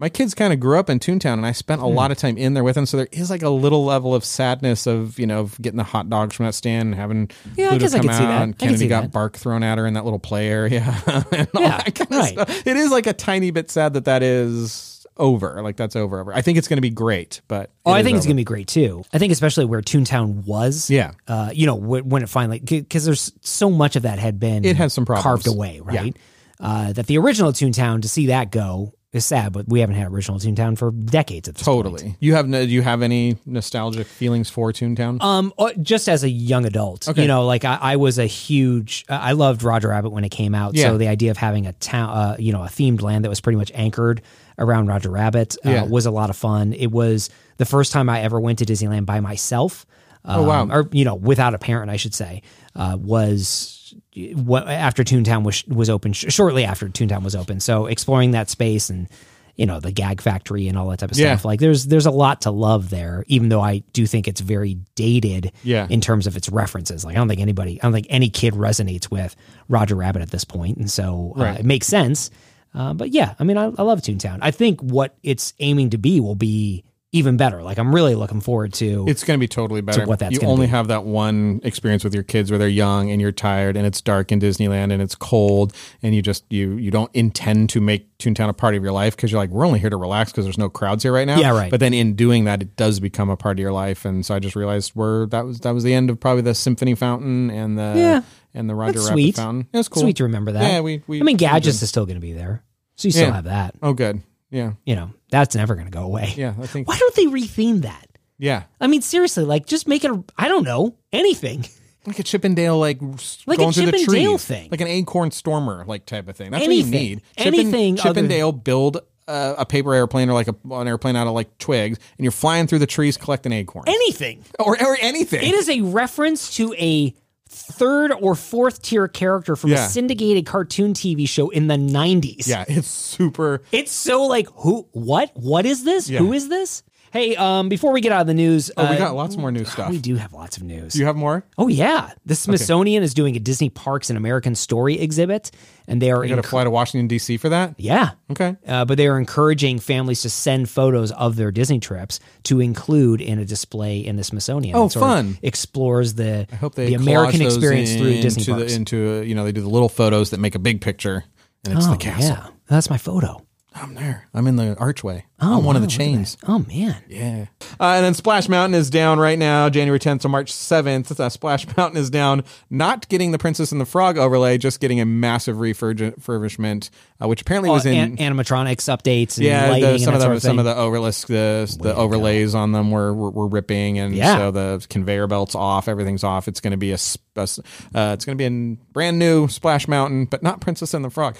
A: My kids kind of grew up in Toontown, and I spent a
B: Mm.
A: lot of time in there with them. So there is like a little level of sadness of you know of getting the hot dogs from that stand and having
B: Yeah, I
A: Pluto
B: guess I
A: come
B: could see
A: out,
B: that. I
A: and
B: could
A: Kennedy
B: see
A: got
B: that.
A: bark thrown at her in that little play area. and all
B: Yeah,
A: that kind
B: right.
A: of stuff. It is like a tiny bit sad that that is over. Like that's over. over. I think it's going to be great, but
B: Oh, I think it's going to be great too. I think especially where Toontown was.
A: Yeah.
B: Uh, you know, wh- when it finally, because there's so much of that had been
A: It had some problems.
B: carved away, right? Uh, that the original Toontown, to see that go is sad, but we haven't had original Toontown for decades at this
A: totally.
B: point.
A: You have no, do you have any nostalgic feelings for Toontown?
B: Um, uh, just as a young adult, you know, like I, I was a huge, uh, I loved Roger Rabbit when it came out.
A: Yeah.
B: So the idea of having a town, uh, you know, a themed land that was pretty much anchored around Roger Rabbit uh,
A: Yeah.
B: was a lot of fun. It was the first time I ever went to Disneyland by myself. Um,
A: Oh, wow.
B: Or you know, without a parent, I should say, uh, was what after Toontown was was open sh- shortly after Toontown was open. So exploring that space and you know the gag factory and all that type of
A: Yeah.
B: stuff. Like there's there's a lot to love there, even though I do think it's very dated
A: Yeah.
B: in terms of its references. Like I don't think anybody, I don't think any kid resonates with Roger Rabbit at this point, and so uh,
A: Right.
B: it makes sense. Uh, but yeah, I mean, I, I love Toontown. I think what it's aiming to be will be even better. Like I'm really looking forward to.
A: it's going to be totally better.
B: what that's
A: you
B: gonna
A: only
B: be.
A: have that one experience with your kids where they're young and you're tired and it's dark in Disneyland and it's cold and you just you you don't intend to make Toontown a part of your life because you're like we're only here to relax because there's no crowds here right now.
B: Yeah, right.
A: But then in doing that, it does become a part of your life. And so I just realized we're that was that was the end of probably the Symphony Fountain and the
B: Yeah.
A: and the Roger
B: That's
A: Rabbit
B: sweet.
A: Fountain. It was cool.
B: Sweet to remember that.
A: Yeah, we we
B: I mean, gadgets is still going to be there, so you still
A: Yeah.
B: have that.
A: Oh, good. Yeah,
B: You know, that's never going to go away.
A: yeah. I think.
B: Why don't they retheme that?
A: Yeah,
B: I mean, seriously, like just make it. A, I don't know anything.
A: like a Chip and Dale, like
B: Like
A: like
B: a
A: going through
B: Chip
A: the
B: and Dale
A: trees.
B: thing.
A: like an acorn stormer, like type of thing. That's
B: Anything.
A: what you need. Chip
B: Anything
A: and, Chip
B: other-
A: and Dale build a, a paper airplane or like a, an airplane out of like twigs, and you're flying through the trees collecting acorns
B: Anything.
A: or or anything.
B: It is a reference to a third or fourth tier character from a
A: Yeah.
B: syndicated cartoon TV show in the nineties.
A: Yeah, it's super.
B: It's so like who, what, what is this? Who is this? Hey, um, before we get out of the news,
A: Oh, we
B: uh,
A: got lots more new stuff.
B: we
A: Do
B: do have lots of news.
A: you have more?
B: Oh yeah, the Smithsonian is doing a Disney Parks and American Story exhibit, and they are
A: You got to
B: enc-
A: fly to Washington D.C. for that.
B: yeah,
A: Okay.
B: uh, but they are encouraging families to send photos of their Disney trips to include in a display in the Smithsonian.
A: Oh,
B: It sort of
A: fun.
B: explores the
A: I hope they
B: the
A: collage
B: American
A: those
B: experience through
A: into
B: Disney
A: the,
B: parks.
A: into uh, you know they do the little photos that make a big picture, and it's
B: oh
A: the castle.
B: yeah, that's my photo.
A: I'm there. I'm in the archway. I'm one of the chains.
B: Oh man,
A: Yeah. Uh, and then Splash Mountain is down right now, January 10th to March 7th. Uh, Splash Mountain is down, not getting the Princess and the Frog overlay, just getting a massive refurg- refurbishment, uh, which apparently was
B: Oh,
A: in.
B: an- animatronics updates. And
A: yeah,
B: lighting
A: the-
B: and
A: some
B: that
A: of the
B: sort of
A: some
B: thing.
A: of the overlays the, the overlays on them were, were were ripping, and
B: Yeah.
A: so the conveyor belts off, everything's off. It's going to be a, sp- a s- uh, it's going to be a brand new Splash Mountain, but not Princess and the Frog.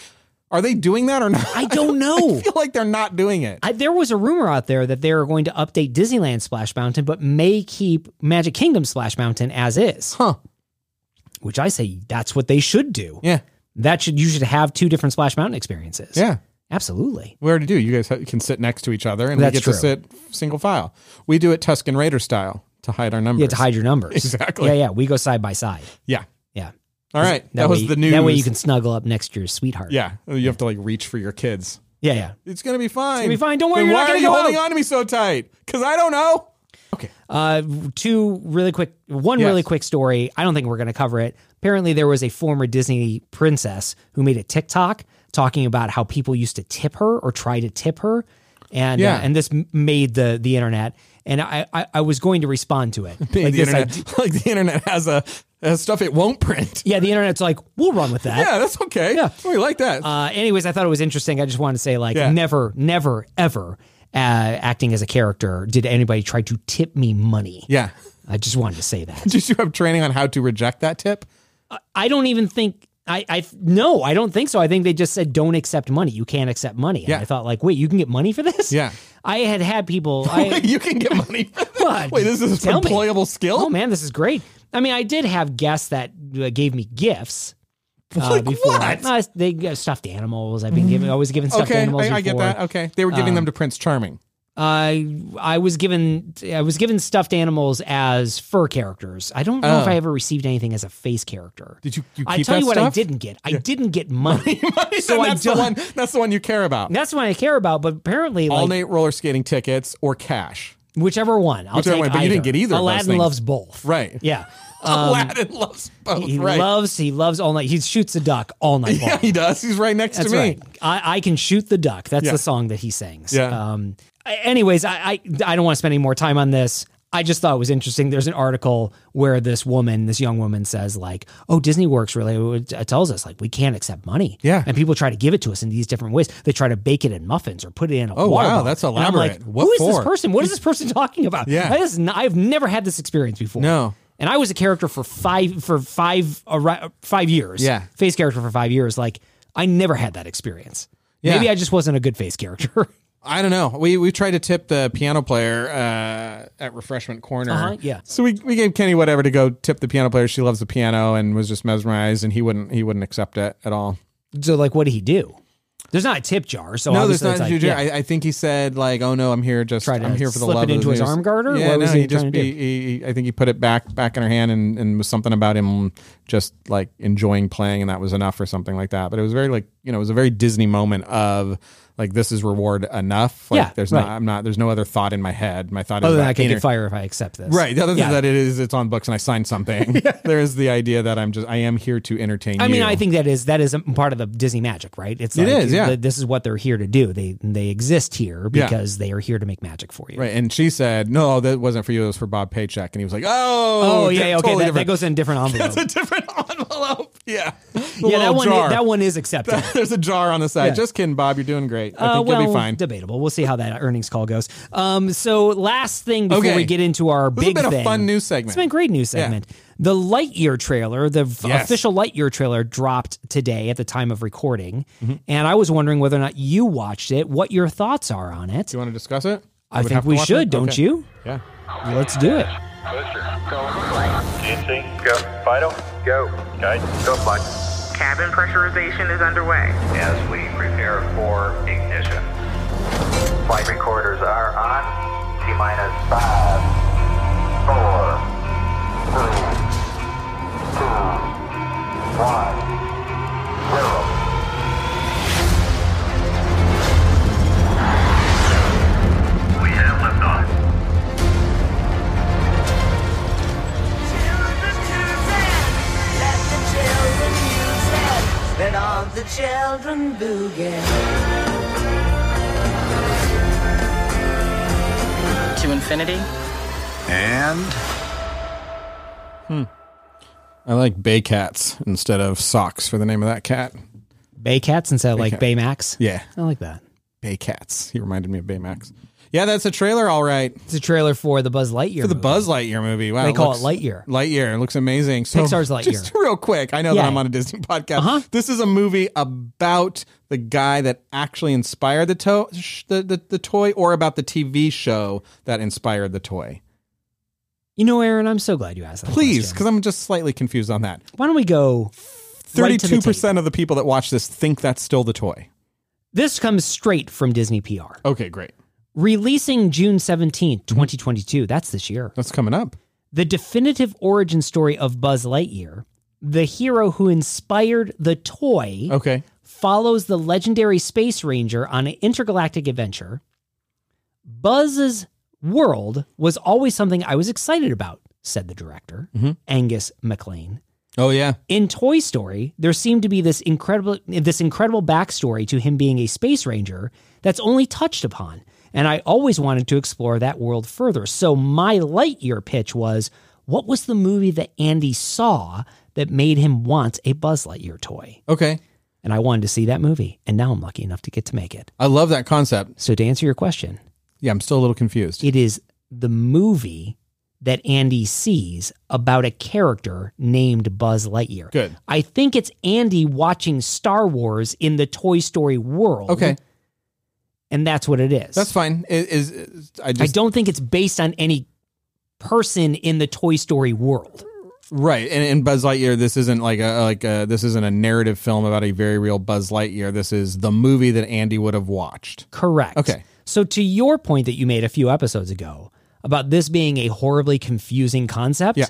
A: Are they doing that or not?
B: I don't know.
A: I feel like they're not doing it.
B: I, there was a rumor out there that they are going to update Disneyland Splash Mountain, but may keep Magic Kingdom Splash Mountain as is.
A: Huh.
B: Which I say that's what they should do.
A: yeah,
B: That should you should have two different Splash Mountain experiences.
A: yeah.
B: absolutely.
A: We already do. You guys ha- can sit next to each other, and
B: That's
A: we get
B: true.
A: to sit single file. We do it Tuscan Raider style to hide our numbers.
B: Yeah, to hide your numbers.
A: Exactly.
B: Yeah, yeah. We go side by side.
A: Yeah.
B: Yeah.
A: All right. That,
B: way-
A: was the news.
B: That way you can snuggle up next to your sweetheart.
A: Yeah, Oh, you have to like reach for your kids.
B: Yeah, yeah.
A: It's gonna be fine. It's
B: gonna be fine. Don't worry,
A: Then
B: you're not
A: why
B: gonna
A: are you
B: go
A: holding
B: out.
A: on to me so tight? Because I don't know. Okay.
B: Uh, two really quick, one
A: Yes.
B: really quick story. I don't think we're going to cover it. Apparently, there was a former Disney princess who made a TikTok talking about how people used to tip her or try to tip her, and
A: Yeah.
B: uh, and this m- made the the internet. And I I, I was going to respond to it.
A: Like the
B: this
A: internet,
B: idea-
A: like the internet has a has stuff it won't print.
B: yeah, the internet's like we'll run with that. Uh,
A: Yeah, that's okay.
B: Yeah.
A: we like that.
B: Uh, anyways, I thought it was interesting. I just wanted to say, like,
A: Yeah.
B: never, never, ever uh, acting as a character, did anybody try to tip me money?
A: Yeah.
B: I just wanted to say that.
A: Did you have training on how to reject that tip?
B: I don't even think I, I no, I don't think so. I think they just said don't accept money. You can't accept money. And
A: Yeah.
B: I thought like, wait, you can get money for this?
A: Yeah.
B: I had had people. I,
A: you can get money.
B: God,
A: Wait, this is
B: tell
A: an
B: me.
A: employable skill?
B: Oh man, this is great. I mean, I did have guests that uh, gave me gifts. Uh,
A: Like
B: before
A: what?
B: Uh, they uh, stuffed animals. I've been given always given stuffed
A: okay,
B: animals.
A: I, I get
B: before. Um,
A: that. Okay. They were giving them to Prince Charming.
B: I I was given I was given stuffed animals as fur characters. I don't know if I ever received anything as a face character.
A: Oh. Did you- you
B: I
A: keep
B: tell
A: that
B: you what I
A: stuff?
B: didn't get. I didn't get money. so
A: And
B: I
A: that's the
B: don't.
A: one that's the one you care about.
B: That's what I care about. But apparently, like
A: Alternate roller skating tickets or cash.
B: whichever one, I'll
A: Whichever
B: take
A: one, but you didn't get either of those
B: Aladdin
A: things.
B: loves both.
A: Right.
B: Yeah. um,
A: Aladdin loves both,
B: He
A: right?
B: loves. He loves all night. He shoots a duck all night long.
A: yeah, he does. He's right next
B: That's
A: to me.
B: right. I, I can shoot the duck. That's
A: Yeah.
B: the song that he sings.
A: Yeah.
B: Um, I- anyways, I, I I don't want to spend any more time on this. I just thought it was interesting. There's an article where this woman, this young woman, says like, "Oh, Disney Works really it tells us like we can't accept money."
A: Yeah.
B: and people try to give it to us in these different ways. They try to bake it in muffins or put it in a.
A: Oh,
B: water
A: wow,
B: bottle.
A: that's
B: And I'm like,
A: elaborate. What
B: who is this
A: for?"
B: person? What is this person talking about?
A: Yeah.
B: That is not- I've never had this experience before.
A: No.
B: and I was a character for five for five ar- five years
A: Yeah.
B: face character for five years. Like I never had that experience.
A: Yeah.
B: Maybe I just wasn't a good face character.
A: I don't know. We we tried to tip the piano player uh, at refreshment corner.
B: Uh-huh, yeah.
A: So we, we gave Kenny whatever to go tip the piano player. She loves the piano and was just mesmerized, and he wouldn't he wouldn't accept it at all.
B: so like, what did he do? There's not a tip jar, so
A: no, there's
B: obviously
A: not.
B: it's like,
A: juju.
B: yeah.
A: I, I think he said like, "Oh no, I'm here just
B: Tried to
A: I'm here for the
B: slip
A: love
B: it
A: of
B: into
A: the
B: his
A: news."
B: arm guard, or
A: Yeah,
B: what
A: no,
B: was he
A: he just
B: trying to
A: be. He, he- I think he put it back back in her hand and and was something about him just like enjoying playing, and that was enough or something like that. But it was very like you know it was a very Disney moment of. Like this is reward enough. Like
B: Yeah,
A: there's
B: right.
A: not. I'm not. There's no other thought in my head. My thought is
B: other than
A: about
B: I can
A: peanut-
B: get fired if I accept this.
A: Right. Other than
B: Yeah.
A: that, it is. It's on books, and I signed something. There is the idea that I'm just. I am here to entertain.
B: I
A: you.
B: mean, I think that is that is a part of the Disney magic, right? It's
A: It
B: like,
A: is, yeah.
B: th- This is what they're here to do. They they exist here
A: Yeah.
B: because they are here to make magic for you.
A: Right, and she said, "No, that wasn't for you. It was for Bob Paycheck." And he was like, "Oh,
B: Oh yeah, okay,
A: totally
B: that, that
A: different.
B: goes in a different envelope.
A: That's a different envelope. Yeah, The
B: yeah, that
A: little
B: one
A: jar.
B: that one is accepted.
A: There's a jar on the side.
B: Yeah.
A: Just kidding, Bob. You're doing great. I
B: Uh,
A: think
B: well,
A: you'll be fine.
B: debatable. We'll see how that earnings call goes. Um, so last thing before
A: Okay.
B: we get into our
A: This has
B: big
A: been a
B: thing,
A: fun news segment.
B: It's been a great news
A: Yeah.
B: segment. The Lightyear trailer, the v-
A: Yes.
B: official Lightyear trailer, dropped today at the time of recording,
A: Mm-hmm.
B: and I was wondering whether or not you watched it, what your thoughts are on it.
A: you want to discuss it?
B: I
A: would
B: think
A: have to
B: we
A: watch
B: should,
A: it?
B: don't
A: Okay.
B: you?
A: Yeah.
B: Let's do it.
G: Nancy, go. uh, Fido, go. Guide, go flight.
H: Cabin pressurization is underway.
G: As we prepare for ignition. Flight recorders are on. T minus five, four, three, two, one, zero. We have liftoff.
I: Let the children use it. Let all the children boogie.
J: To infinity
G: And
A: I like Bay Cats instead of socks for the name of that cat.
B: Baycats instead of like Baymax.
A: Yeah,
B: I like that.
A: Bay Cats. He reminded me of Baymax. Yeah, that's a trailer, all right.
B: It's a trailer for the Buzz Lightyear.
A: For the
B: movie.
A: Buzz Lightyear movie. Wow,
B: They call
A: looks-
B: it Lightyear.
A: Lightyear. It looks amazing. So
B: Pixar's Lightyear.
A: Just real quick, I know
B: Yeah.
A: that I'm on a Disney podcast.
B: Uh-huh.
A: This is a movie about the guy that actually inspired the, to- sh- the, the the toy, or about the TV show that inspired the toy.
B: You know, Aaron, I'm so glad you asked that.
A: Please,
B: question.
A: because I'm just slightly confused on that.
B: why don't we go right to the
A: Thirty-two
B: tape.
A: percent of the people that watch this think that's still the toy.
B: This comes straight from Disney PR.
A: Okay, great.
B: Releasing June 17th, 2022, that's this year.
A: That's coming up.
B: The definitive origin story of Buzz Lightyear, the hero who inspired the toy,
A: Okay.
B: follows the legendary space ranger on an intergalactic adventure. Buzz's world was always something I was excited about, said the director, Angus MacLean.
A: Oh yeah.
B: In Toy Story, there seemed to be this incredible this incredible backstory to him being a space ranger that's only touched upon, and I always wanted to explore that world further. So my Lightyear pitch was, what was the movie that Andy saw that made him want a Buzz Lightyear toy?
A: Okay.
B: And I wanted to see that movie, and now I'm lucky enough to get to make it.
A: I love that concept.
B: So to answer your question,
A: Yeah, I'm still a little confused.
B: It is the movie that Andy sees about a character named Buzz Lightyear.
A: Good.
B: I think it's Andy watching Star Wars in the Toy Story world.
A: Okay,
B: And that's what it is.
A: that's fine. I- Is, is- I
B: I
A: just
B: don't think it's based on any person in the Toy Story world.
A: right and, and Buzz Lightyear. This isn't like a like a, this isn't a narrative film about a very real Buzz Lightyear. This is the movie that Andy would have watched.
B: Correct.
A: Okay.
B: So to your point that you made a few episodes ago about this being a horribly confusing concept.
A: Yeah.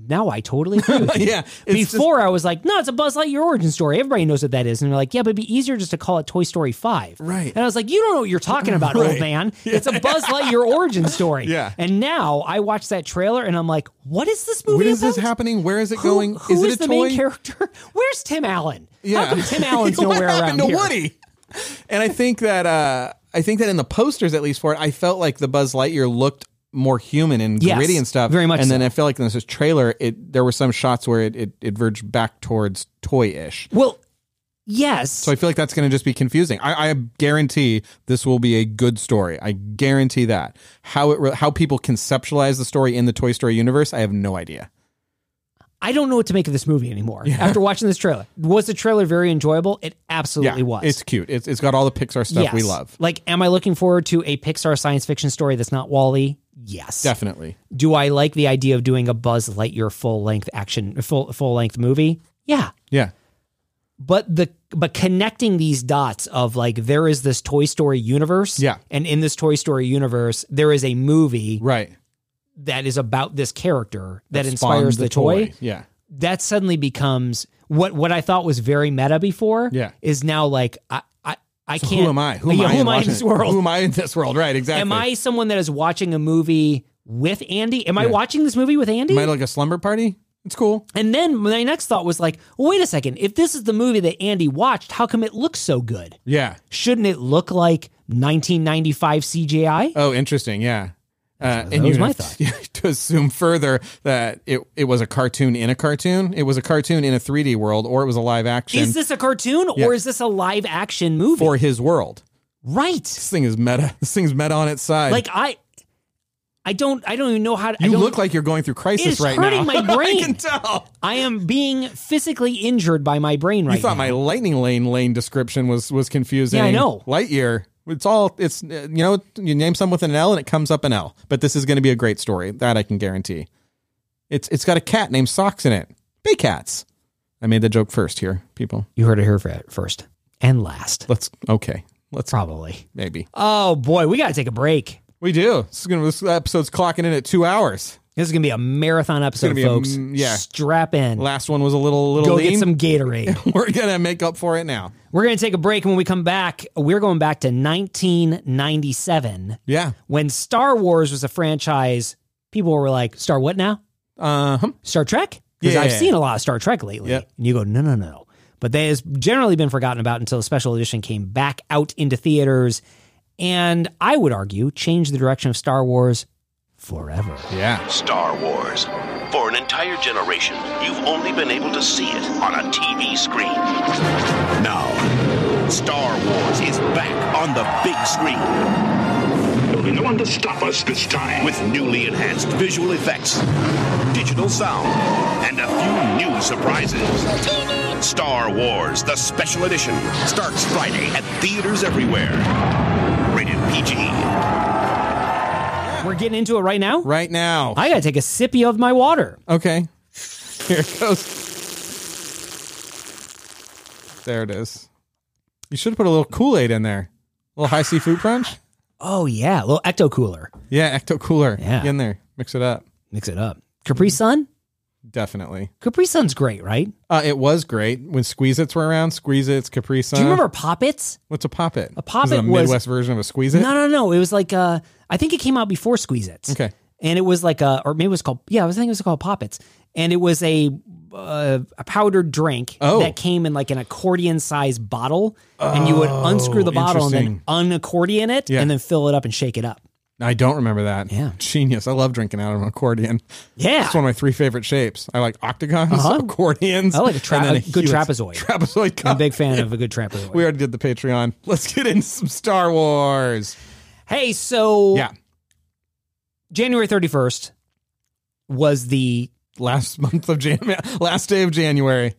B: Now I totally agree with you.
A: Yeah, it's
B: Before I was like, no, it's a Buzz Lightyear origin story. Everybody knows what that is. And they're like, yeah, but it'd be easier just to call it Toy Story 5.
A: Right.
B: And I was like, you don't know what you're talking about, old
A: Right.
B: man. It's a Buzz Lightyear origin story.
A: Yeah.
B: And now I watch that trailer and I'm like, what is this movie
A: What is this
B: about?
A: happening? Where is it
B: Who-
A: going?
B: who
A: it
B: is
A: a
B: the
A: toy?
B: main character? Where's Tim Allen? How
A: Yeah.
B: come Tim Allen's nowhere
A: what happened to
B: around here?
A: Woody? And I think that uh, I think that in the posters, at least for it, I felt like the Buzz Lightyear looked more human and
B: Yes,
A: gritty and stuff.
B: very much
A: And then
B: so.
A: I feel like in this trailer, it there were some shots where it it, it verged back towards toy-ish.
B: Well, yes.
A: So I feel like that's going to just be confusing. I, I guarantee this will be a good story. I guarantee that how it re- how people conceptualize the story in the Toy Story universe, I have no idea.
B: I don't know what to make of this movie anymore after watching this trailer. Was the trailer very enjoyable? It absolutely was.
A: it's cute. It's it's got all the Pixar stuff we
B: Yes.
A: love.
B: Like, am I looking forward to a Pixar science fiction story that's not Wally? Yes.
A: Definitely.
B: Do I like the idea of doing a Buzz Lightyear full length action, full full length movie? Yeah.
A: Yeah.
B: But the but connecting these dots of like there is this Toy Story universe,
A: Yeah.
B: and in this Toy Story universe there is a movie
A: Right.
B: that is about this character that,
A: Spawned
B: inspires the, toy.
A: Yeah.
B: that suddenly becomes what what I thought was very meta before.
A: Yeah.
B: is now like I I, I
A: So
B: can't.
A: who am I? Who am,
B: yeah,
A: I,
B: who
A: in
B: am I in
A: watching
B: this
A: it?
B: world?
A: Who am I in this world? Right, exactly.
B: Am I someone that is watching a movie with Andy? Am I watching this movie with Andy?
A: Am I like a slumber party? It's cool.
B: and then my next thought was like, wait a second. If this is the movie that Andy watched, how come it looks so good?
A: Yeah.
B: Shouldn't it look like 1995 CGI?
A: Oh, interesting. Yeah. Uh,
B: that was
A: you
B: my
A: have
B: thought.
A: to- you have to assume further that it, it was a cartoon in a cartoon, it was a cartoon in a 3D world, or it was a live action
B: is this a cartoon or is this a live action movie?
A: for his world.
B: right.
A: This thing is meta. This thing's meta on its side.
B: Like I I don't I don't even know how to I
A: you
B: don't,
A: look like you're going through crisis
B: It is
A: right
B: hurting
A: now.
B: my brain.
A: I can tell.
B: I am being physically injured by my brain right
A: you thought
B: now.
A: my lightning lane lane description was was confusing.
B: Yeah, I know.
A: Lightyear. It's all it's uh, you know you name something with an L and it comes up an L. But this is going to be a great story that I can guarantee. It's it's got a cat named Socks in it. Big cats. I made the joke first here, people.
B: you heard it here fir- first and last,
A: Let's okay. Let's
B: probably.
A: maybe
B: Oh boy, we got to take a break.
A: we do. This is gonna this episode's clocking in at two hours.
B: This is gonna be a marathon episode,
A: be a
B: folks.
A: m- yeah.
B: strap in.
A: Last one was a little little
B: Go
A: lean.
B: get some Gatorade.
A: We're gonna make up for it now.
B: We're gonna take a break, and when we come back, we're going back to 1997
A: Yeah.
B: when Star Wars was a franchise. People were like, "Star what now?
A: Uh huh.
B: Star Trek?" Because
A: Yeah.
B: I've seen a lot of Star Trek lately,
A: Yep.
B: and you go, "No, no, no." But that has generally been forgotten about until the special edition came back out into theaters, and I would argue changed the direction of Star Wars forever.
A: Yeah.
J: Star Wars. For an entire generation, you've only been able to see it on a TV screen. Now, Star Wars is back on the big screen. There'll be no one to stop us this time. With newly enhanced visual effects, digital sound, and a few new surprises. Star Wars, the special edition, starts Friday at theaters everywhere. Rated PG.
B: We're getting into it right now.
A: Right now.
B: I gotta take a sippy of my water.
A: Okay. Here it goes. There it is. You should have put a little Kool Aid in there. A little high C fruit punch.
B: Oh yeah, a little ecto cooler.
A: Yeah, Ecto Cooler.
B: Yeah.
A: Get In there. Mix it up.
B: Mix it up. Capri Sun.
A: Definitely.
B: Capri Sun's great, right?
A: Uh, it was great when Squeeze Its were around. Squeeze Its, Capri Sun.
B: Do you remember Poppets?
A: What's a Pop It? A
B: Pop
A: is it
B: It
A: a
B: was-
A: Midwest version of a Squeeze It?
B: No, no, no. It was like uh, I think it came out before Squeeze It.
A: Okay.
B: And it was like a, or maybe it was called, yeah, I was thinking it was called Poppets, and it was a uh, a powdered drink
A: Oh.
B: that came in like an accordion sized bottle, and you would unscrew the bottle and then
A: interesting.
B: unaccordion it,
A: Yeah.
B: and then fill it up and shake it up.
A: I don't remember that.
B: Yeah.
A: Genius. I love drinking out of an accordion.
B: Yeah.
A: It's one of my three favorite shapes. I like octagons,
B: Uh-huh.
A: accordions.
B: I like a tra-
A: and then
B: a good
A: helix.
B: trapezoid.
A: Trapezoid cup.
B: I'm a big fan of a good trapezoid.
A: We already did the Patreon. Let's get into some Star Wars.
B: Hey, so
A: yeah,
B: January 31st was the
A: last month of January, last day of January.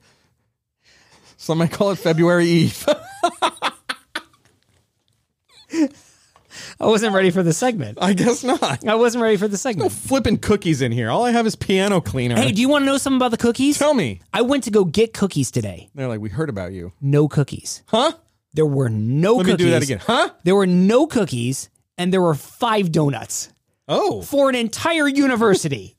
A: Some might call it February Eve.
B: I wasn't ready for the segment.
A: I guess not.
B: I wasn't ready for the segment.
A: Flipping cookies in here. All I have is piano cleaner.
B: Hey, do you want to know something about the cookies?
A: Tell me.
B: I went to go get cookies today.
A: They're like, we heard about you.
B: No cookies.
A: Huh?
B: There were no
A: Let me
B: cookies.
A: do that again. Huh?
B: There were no cookies, and there were five donuts
A: Oh.
B: for an entire university.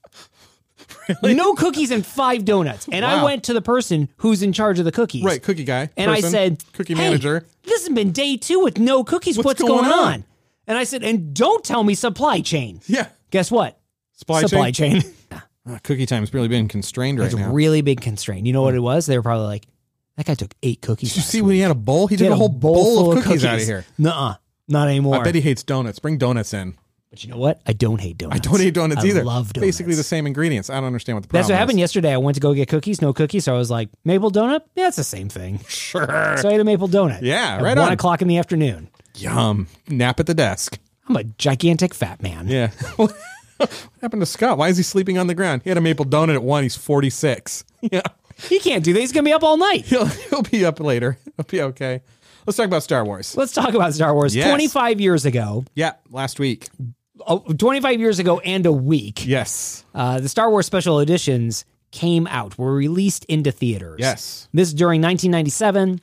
B: No cookies and five donuts. And I
A: Wow.
B: went to the person who's in charge of the cookies.
A: Right, cookie guy.
B: And I
A: person,
B: said,
A: cookie
B: "Hey,
A: manager.
B: This has been day two with no cookies. What's, going, on? And I said, and don't tell me supply chain.
A: Yeah.
B: Guess what?
A: Supply,
B: supply
A: chain.
B: chain.
A: Ah, cookie time's really been constrained right
B: It's
A: now. Hmm.
B: really big constraint. You know what it was? They were probably like, that guy took eight cookies.
A: Did you
B: last
A: see
B: week."
A: when he had a bowl? He
B: He
A: took
B: had
A: a whole bowl, of cookies, out of
B: cookies.
A: here.
B: Nuh-uh. Not anymore.
A: I bet he hates donuts. Bring donuts in.
B: but you know what? I don't hate
A: I
B: donuts.
A: don't hate donuts
B: I
A: either.
B: love donuts.
A: Basically the same ingredients. I don't understand what the problem
B: That's what happened
A: is.
B: yesterday. I went to go get cookies, no cookies. So I was like, maple donut? Yeah, it's the same thing.
A: Sure.
B: So I ate a maple donut.
A: Yeah,
B: at
A: right
B: one
A: on.
B: o'clock in the afternoon.
A: Yum. Nap at the desk.
B: I'm a gigantic fat man.
A: Yeah. what happened to Scott? Why is he sleeping on the ground? He had a maple donut at one. He's 46. Yeah.
B: He can't do that. He's gonna be up all night.
A: He'll, he'll be up later. He'll be okay. Let's talk about Star Wars.
B: Let's talk about Star Wars.
A: Yes.
B: 25 years ago,
A: Yeah, last week.
B: oh, 25 years ago and a week,
A: Yes.
B: uh, the Star Wars special editions came out, were released into theaters.
A: Yes.
B: This during 1997.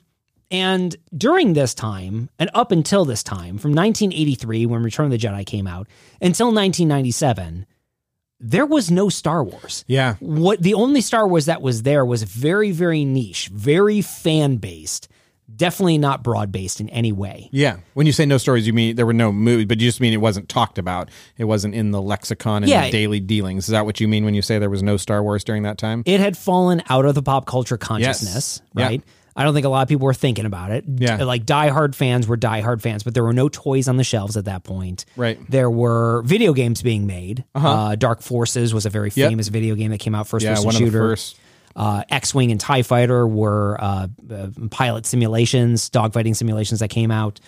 B: And during this time, and up until this time, from 1983, when Return of the Jedi came out, until 1997, there was no Star Wars.
A: Yeah.
B: What the only Star Wars that was there was very, very niche, very fan based, definitely not broad based in any way.
A: Yeah. When you say no stories, you mean there were no movies, but you just mean it wasn't talked about. It wasn't in the lexicon and
B: Yeah.
A: the daily dealings. Is that what you mean when you say there was no Star Wars during that time?
B: It had fallen out of the pop culture consciousness,
A: Yeah.
B: right? I don't think a lot of people were thinking about it. D-
A: Yeah.
B: Like diehard fans were diehard fans, but there were no toys on the shelves at that point.
A: Right. Uh-huh.
B: There were video games being made. uh Dark Forces was a very
A: Yep.
B: famous video game that came out first
A: yeah,
B: person
A: one
B: shooter.
A: of the first.
B: uh, X-wing and Tie Fighter were uh, uh, pilot simulations, dogfighting simulations that came out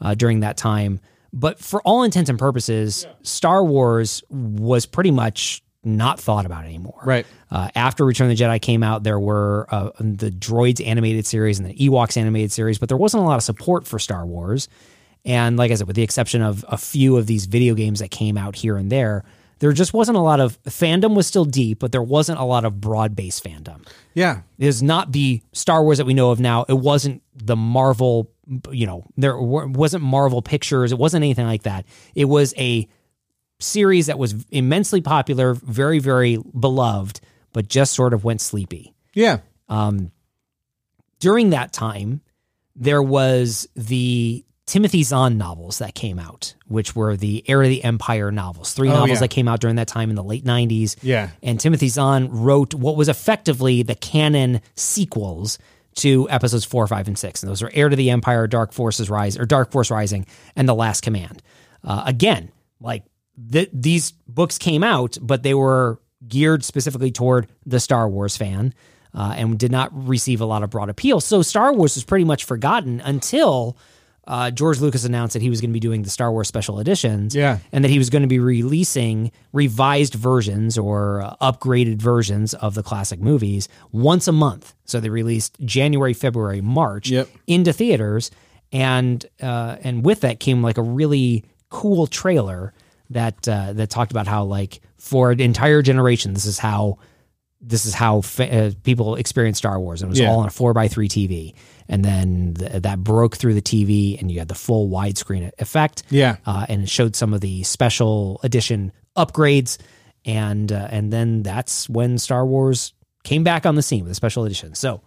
B: uh, during that time. But for all intents and purposes, Star Wars was pretty much not thought about anymore.
A: Right.
B: Uh, after Return of the Jedi came out, there were uh, the Droids animated series and the Ewoks animated series, but there wasn't a lot of support for Star Wars. And like I said, with the exception of a few of these video games that came out here and there, there just wasn't a lot of fandom was still deep, but there wasn't a lot of broad based fandom.
A: Yeah.
B: It is not the Star Wars that we know of now. It wasn't the Marvel, you know, there wa- wasn't Marvel Pictures. It wasn't anything like that. It was a series that was immensely popular, very, very beloved, but just sort of went sleepy
A: Yeah.
B: during that time, there was the Timothy Zahn novels that came out, which were the Heir of the Empire novels, three
A: Oh,
B: novels
A: yeah.
B: that came out during that time in the late 90s.
A: Yeah.
B: And Timothy Zahn wrote what was effectively the canon sequels to episodes four, five, and six. And those were Heir to the Empire, Dark Forces Rise, or Dark Force Rising, and The Last Command. Uh, again, like th- these books came out, but they were geared specifically toward the Star Wars fan uh, and did not receive a lot of broad appeal. So Star Wars was pretty much forgotten until uh, George Lucas announced that he was going to be doing the Star Wars special editions
A: Yeah.
B: and that he was going to be releasing revised versions or uh, upgraded versions of the classic movies once a month. So they released January, February, March
A: Yep.
B: into theaters, and uh, and with that came like a really cool trailer that uh, that talked about how like for an entire generation this is how this is how fa- uh, people experience Star Wars, and it was
A: Yeah.
B: all on a four by three TV, and then th- that broke through the TV, and you had the full widescreen effect.
A: Yeah.
B: uh, and it showed some of the special edition upgrades, and uh, and then that's when Star Wars came back on the scene with a special edition. So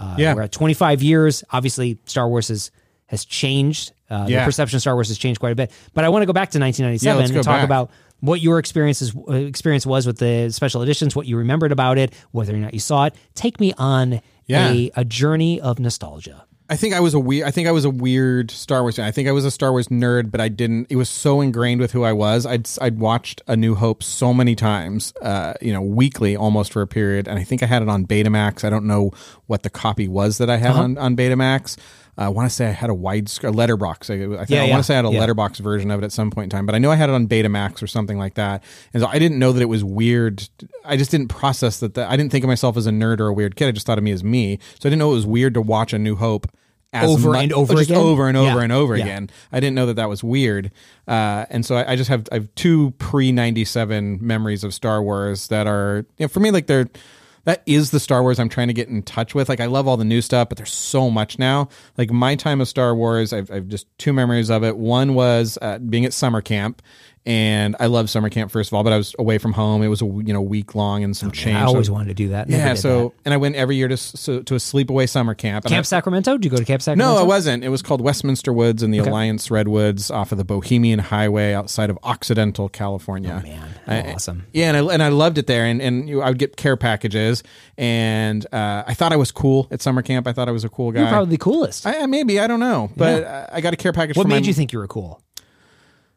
B: uh,
A: Yeah.
B: we're at 25 years. Obviously, Star Wars has has changed. Uh, The
A: Yeah.
B: perception of Star Wars has changed quite a bit. But I want to go back to 1997
A: Yeah, let's
B: and
A: go
B: talk
A: back.
B: about what your experiences uh, experience was with the special editions, what you remembered about it, whether or not you saw it. Take me on
A: Yeah.
B: a, a journey of nostalgia.
A: I think I was a weird. I think I was a weird Star Wars. Fan. I think I was a Star Wars nerd, but I didn't. It was so ingrained with who I was. I'd I'd watched A New Hope so many times, uh, you know, weekly almost for a
B: Uh-huh.
A: period. And I think I had it on Betamax. I don't know what the copy was that I had on on Betamax. I want to say I had a wide sc- a letterbox. I, I think
B: Yeah,
A: I
B: yeah,
A: want to say I had a
B: yeah.
A: letterbox version of it at some point in time, but I know I had it on Betamax or something like that. And so I didn't know that it was weird. I just didn't process that. that I didn't think of myself as a nerd or a weird kid. I just thought of me as me. So I didn't know it was weird to watch A New Hope as
B: Over
A: mu-
B: and over
A: just
B: again?
A: over and over
B: Yeah,
A: and over
B: yeah.
A: again. I didn't know that that was weird. Uh, and so I, I just have I have two pre ninety seven memories of Star Wars that are you know, for me like they're that is the Star Wars I'm trying to get in touch with. Like I love all the new stuff, but there's so much now. Like my time of Star Wars, I've, I've just two memories of it. One was uh, being at summer camp. And I love summer camp first of all, but I was away from home. It was a you know week long and some change.
B: I
A: So-
B: always wanted to do that. Never
A: yeah.
B: did
A: So and I went every year to s- so, to a sleepaway summer camp.
B: that.
A: And I-
B: Camp Sacramento? Do you go to Camp Sacramento?
A: no, it wasn't. It was called Westminster Woods in the
B: Okay.
A: Alliance Redwoods off of the Bohemian Highway outside of Occidental, California.
B: Oh,
A: man,
B: How awesome.
A: yeah, and I, and I loved it there, and and you, I would get care packages, and uh, I thought I was cool at summer camp. I thought I was a cool guy.
B: You're probably the coolest.
A: I, I- maybe I don't know, but uh, I I got a care package.
B: what
A: for
B: made
A: my,
B: you think you were cool?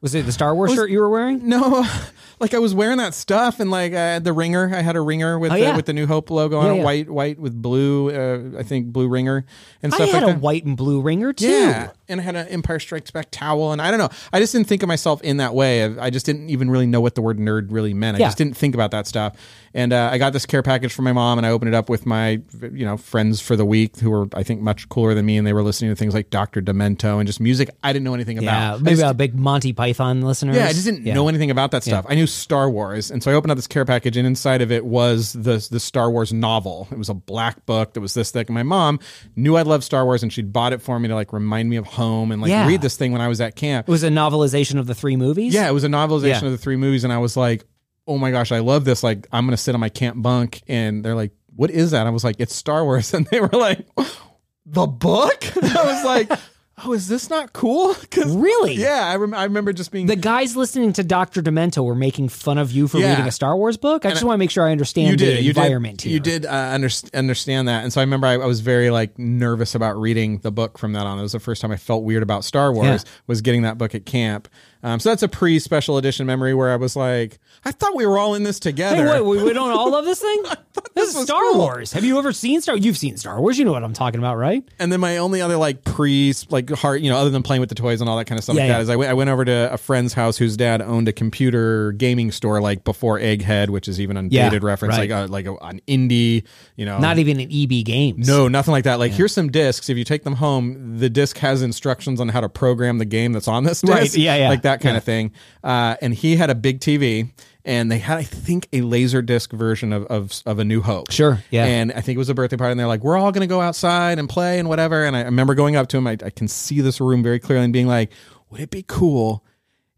B: Was it the Star Wars shirt you were wearing?
A: No, like I was wearing that stuff and like uh, the ringer. I had a ringer with
B: Oh,
A: the,
B: yeah.
A: with the New Hope logo on
B: Yeah,
A: it,
B: yeah.
A: white white with blue. Uh, I think blue ringer and
B: I
A: stuff
B: had
A: like
B: a
A: that.
B: white and blue ringer too.
A: Yeah, and I had an Empire Strikes Back towel, and I don't know. I just didn't think of myself in that way. I I just didn't even really know what the word nerd really meant. I
B: Yeah.
A: just didn't think about that stuff. And uh, I got this care package from my mom, and I opened it up with my, you know, friends for the week who were I think much cooler than me, and they were listening to things like Doctor Demento and just music I didn't know anything
B: Yeah,
A: about. I
B: maybe
A: just-
B: a big Monty Python listener.
A: yeah, I just didn't know anything about that stuff. I knew Star Wars, and so I opened up this care package, and inside of it was the the Star Wars novel. It was a black book that was this thick. And my mom knew I loved Star Wars, and she'd bought it for me to like remind me of home and like
B: Yeah.
A: read this thing when I was at camp.
B: It was a novelization of the three movies.
A: Yeah, it was a novelization
B: Yeah.
A: of the three movies, and I was like, oh my gosh, I love this. Like, I'm gonna sit on my camp bunk, and they're like, what is that? I was like, it's Star Wars, and they were like, the book. I was like. Oh, is this not cool? 'Cause-
B: Really?
A: Yeah, I, rem- I remember just being
B: The guys listening to Dr. Demento were making fun of you for
A: Yeah.
B: reading a Star Wars book. I just want to make sure I understand the environment
A: did,
B: here.
A: You did uh, underst- understand that, and so I remember I, I was very like nervous about reading the book from that on. It was the first time I felt weird about Star Wars
B: Yeah.
A: was getting that book at camp. Um, so that's a pre special edition memory where I was like, I thought we were all in this
B: Hey,
A: together.
B: wait, we, we don't all love this thing? this, is
A: was
B: Star
A: cool.
B: Wars. Have you ever seen Star You've seen Star Wars. You know what I'm talking about, right?
A: And then my only other like pre like heart, you know, other than playing with the toys and all that kind of stuff
B: Yeah,
A: like that,
B: yeah.
A: is I went I went over to a friend's house whose dad owned a computer gaming store like before Egghead, which is even an
B: Yeah,
A: dated reference,
B: right.
A: like a, like a, an indie, you know,
B: Not even in EB games.
A: Um, No, nothing like that. Like here's some discs. If you take them home, the disc has instructions on how to program the game that's on this disc.
B: Right, yeah, yeah.
A: Like that kind of thing. Uh, and he had a big TV, and they had, I think, a laser disc version of of, of A New Hope.
B: Sure, yeah.
A: And I think it was a birthday party, and they're like, "We're all gonna go outside and play and whatever." And I remember going up to him. I, I can see this room very clearly, and being like, "Would it be cool?"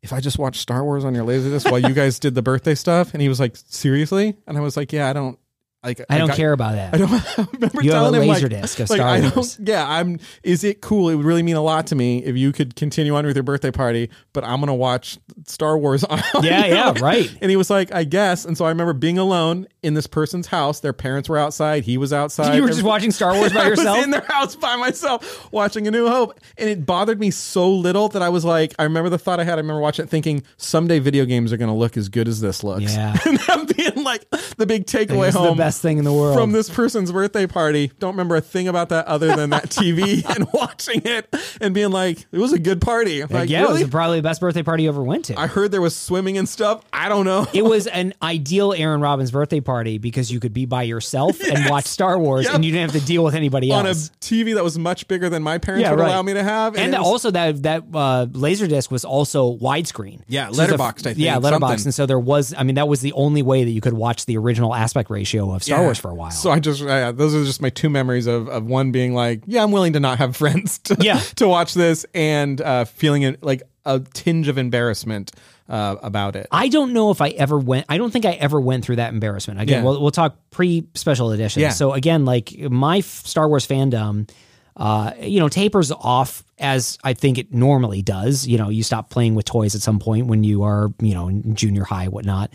A: If I just watched Star Wars on your laserdisc while you guys did the birthday stuff, and he was like, "Seriously?" and I was like, "Yeah, I don't, like,
B: I don't
A: got-
B: care about that.
A: I don't I remember
B: You have
A: telling
B: a
A: him like,
B: Laserdisc of
A: like,
B: Star
A: I don't-
B: Wars.
A: yeah, I'm. Is it cool? It would really mean a lot to me if you could continue on with your birthday party, but I'm gonna watch Star Wars. On
B: Yeah, yeah, right.
A: And he was like, I guess. And so I remember being alone in this person's house. Their parents were outside. He was outside.
B: You were just watching Star Wars by
A: I was
B: yourself?
A: in their house by myself watching A New Hope, and it bothered me so little that I was like, I remember the thought I had. I remember watching it, thinking someday video games are gonna look as good as this looks.
B: Yeah.
A: and I'm being like the big takeaway
B: This is
A: home
B: the best thing in the world.
A: from this person's birthday party. Don't remember a thing about that other than that TV and watching it and being like, it was a good party. I'm
B: Like,
A: like,
B: yeah,
A: really?
B: it was probably the best birthday party you ever went to.
A: I heard there was swimming and stuff. I don't know.
B: it was an ideal Aaron Robbins birthday party because you could be by yourself and watch Star Wars
A: Yep.
B: and you didn't have to deal with anybody
A: On a
B: else.
A: TV that was much bigger than my parents would allow me to have.
B: And,
A: it was-
B: also that that uh, Laserdisc was also widescreen.
A: Yeah,
B: So the-
A: letterboxed, I think,
B: Yeah, letterboxed.
A: something.
B: And so there was, I mean, that was the only way that you could watch the original aspect ratio of Star
A: Yeah.
B: Wars for a while.
A: So I just, yeah, those are just my two memories of, of one being like, yeah, I'm willing to not have friends to,
B: Yeah.
A: to watch this and uh, feeling it, like a tinge of embarrassment uh, about it.
B: I don't know if I ever went. I don't think I ever went through that embarrassment. Again,
A: Yeah.
B: we'll, we'll talk pre special edition.
A: Yeah.
B: So again, like my f- Star Wars fandom, uh, you know, tapers off as I think it normally does. You know, you stop playing with toys at some point when you are, you know, in junior high, whatnot.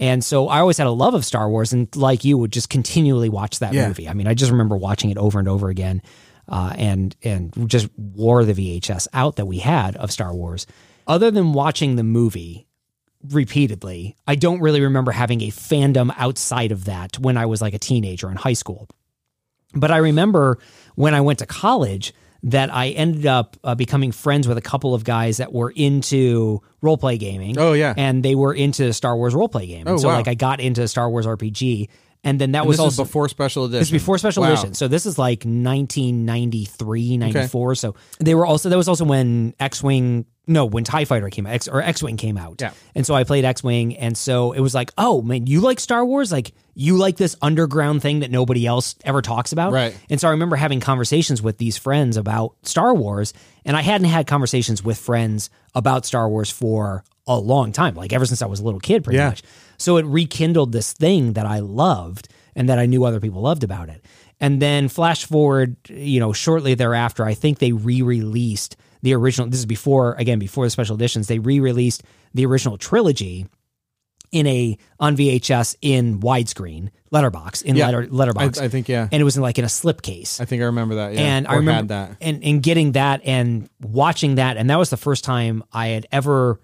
B: And so I always had a love of Star Wars, and like you, would just continually watch that
A: Yeah.
B: movie. I mean, I just remember watching it over and over again, uh, and and just wore the VHS out that we had of Star Wars. Other than watching the movie, repeatedly. I don't really remember having a fandom outside of that when I was like a teenager in high school. But I remember when I went to college, that I ended up uh, becoming friends with a couple of guys that were into role play gaming.
A: Oh, yeah.
B: and they were into Star Wars role play game.
A: Oh,
B: And so
A: wow.
B: like I got into Star Wars RPG, and then that
A: And
B: was
A: this
B: also
A: is before special edition.
B: this is before special
A: Wow.
B: edition. So this is like 1993, 94. So they were also that was also when X-Wing no, when TIE Fighter came out, X, or X Wing came out.
A: Yeah.
B: And so I played X Wing. And so it was like, oh, man, you like Star Wars? Like, you like this underground thing that nobody else ever talks about?
A: Right.
B: And so I remember having conversations with these friends about Star Wars. And I hadn't had conversations with friends about Star Wars for a long time, like ever since I was a little kid, pretty
A: Yeah.
B: much. So it rekindled this thing that I loved and that I knew other people loved about it. And then flash forward, you know, shortly thereafter, I think they re released the original. This is before, again, before the special editions, they re released the original trilogy in a on VHS in widescreen letterbox in
A: Yeah.
B: letter, letterbox
A: I, I think yeah.
B: and it was in like in a slipcase
A: I think I remember that. Yeah.
B: and I
A: Or
B: remember
A: had that.
B: and and getting that and watching that, and that was the first time I had ever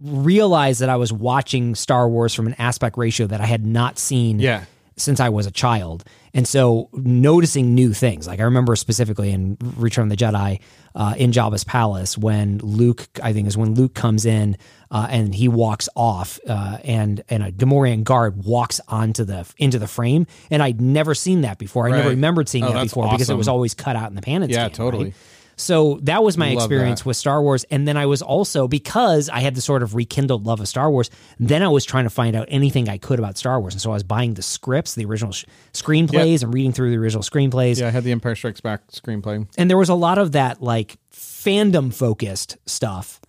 B: realized that I was watching Star Wars from an aspect ratio that I had not seen
A: Yeah.
B: since I was a child. And so noticing new things, like I remember specifically in Return of the Jedi, uh, in Jabba's palace, when Luke, I think is when Luke comes in uh, and he walks off, uh, and and a Gamorrean guard walks onto the into the frame, and I'd never seen that before. I never
A: Right.
B: remembered seeing
A: Oh,
B: that
A: that's
B: before because it
A: awesome.
B: was always cut out in the pan and
A: Yeah,
B: scan,
A: totally.
B: right? So that was my
A: Love
B: experience
A: that.
B: with Star Wars. And then I was also, because I had the sort of rekindled love of Star Wars, then I was trying to find out anything I could about Star Wars. And so I was buying the scripts, the original sh- screenplays, and reading through the original screenplays.
A: Yeah, I had the Empire Strikes Back screenplay.
B: And there was a lot of that like fandom focused stuff.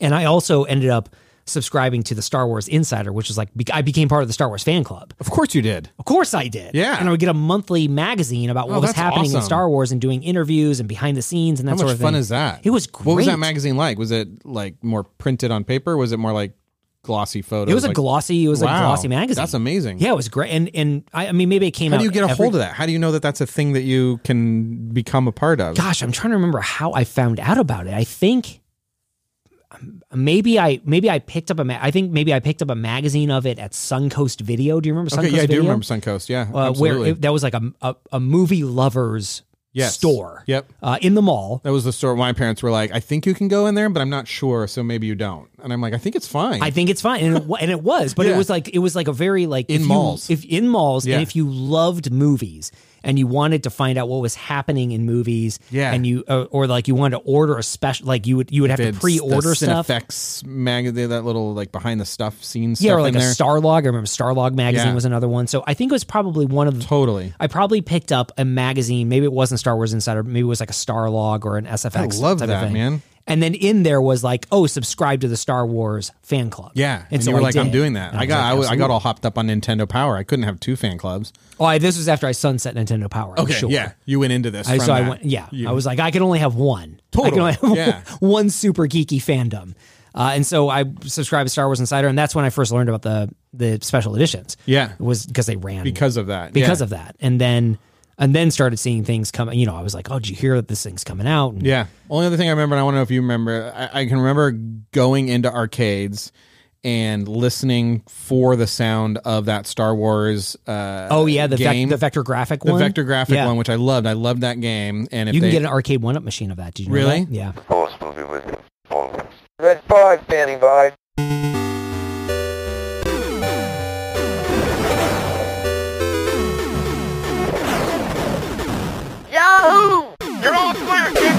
B: And I also ended up subscribing to the Star Wars Insider, which is like, be- I became part of the Star Wars fan club.
A: Of course you did.
B: Of course I did.
A: Yeah.
B: And I would get a monthly magazine about what
A: Oh,
B: was
A: that's
B: happening in
A: awesome.
B: Star Wars and doing interviews and behind the scenes and that
A: How
B: sort
A: much
B: of
A: fun
B: thing.
A: is that?
B: It was
A: What was that
B: great.
A: magazine like? Was it like more printed on paper? Was it more like glossy photos?
B: It was a
A: like,
B: glossy. It was a
A: Wow,
B: glossy magazine.
A: That's amazing.
B: Yeah, it was great. And and I, I mean, maybe it came
A: How
B: out.
A: do you get a
B: every-
A: hold of that? How do you know that that's a thing that you can become a part of?
B: Gosh, I'm trying to remember how I found out about it. I think um, maybe I maybe I picked up a ma- I think maybe I picked up a magazine of it at Suncoast Video. Do you remember Suncoast
A: okay, yeah, I do
B: Video?
A: remember Suncoast. Yeah,
B: Uh, where
A: absolutely.
B: it, that was like a, a, a movie lovers
A: Yes.
B: store.
A: Yep.
B: Uh, in the mall.
A: that was the store. My parents were like, "I think you can go in there, but I'm not sure, so maybe you don't." And I'm like, "I think it's fine."
B: I think it's fine, and it, wa- and it was, but it
A: Yeah.
B: was like it was like a very like
A: In
B: if you-
A: malls.
B: if in malls,
A: Yeah.
B: and if you loved movies and you wanted to find out what was happening in movies,
A: Yeah.
B: and you or, or like you wanted to order a special, like you would you would have
A: They had
B: to
A: s-
B: pre-order
A: the
B: stuff.
A: Cinefex magazine, that little like behind the stuff scene stuff
B: Yeah, or like
A: in
B: a
A: there.
B: Starlog. I remember Starlog magazine
A: Yeah.
B: was another one. So I think it was probably one of the,
A: Totally.
B: I probably picked up a magazine. Maybe it wasn't Star Wars Insider. Maybe it was like a Starlog or an SFX.
A: I love
B: type of
A: that,
B: thing.
A: man.
B: And then in there was like, oh, subscribe to the Star Wars fan club.
A: Yeah, and, you
B: I
A: were like, "I'm
B: did.
A: doing that."
B: And
A: I
B: was
A: got
B: like,
A: I, was, I got
B: absolutely.
A: all hopped up on Nintendo Power. I couldn't have two fan clubs.
B: Oh, I, this was after I sunset Nintendo Power. I'm sure.
A: yeah, you went into this.
B: I,
A: from
B: so I
A: that.
B: went. Yeah,
A: You-
B: I was like, I can only have one. I can
A: Totally,
B: only have
A: yeah.
B: one super geeky fandom. Uh, and so I subscribed to Star Wars Insider, and that's when I first learned about the the special editions.
A: Yeah.
B: was because they ran
A: because of that.
B: because
A: yeah.
B: of that, and then and then started seeing things come. You know, I was like, oh, did you hear that this thing's coming out? And
A: Yeah. Only other thing I remember, and I want to know if you remember, I, I can remember going into arcades and listening for the sound of that Star Wars. Uh,
B: Oh yeah, the vec-
A: game,
B: the vector graphic
A: the
B: one,
A: vector graphic
B: Yeah.
A: one, which I loved. I loved that game. And if
B: You can
A: they,
B: get an arcade one-up machine of that. Did you know
A: Really?
B: that? Yeah.
G: Post movie with performance. Red 5, standing by.
E: Yahoo! You're all clear, kid!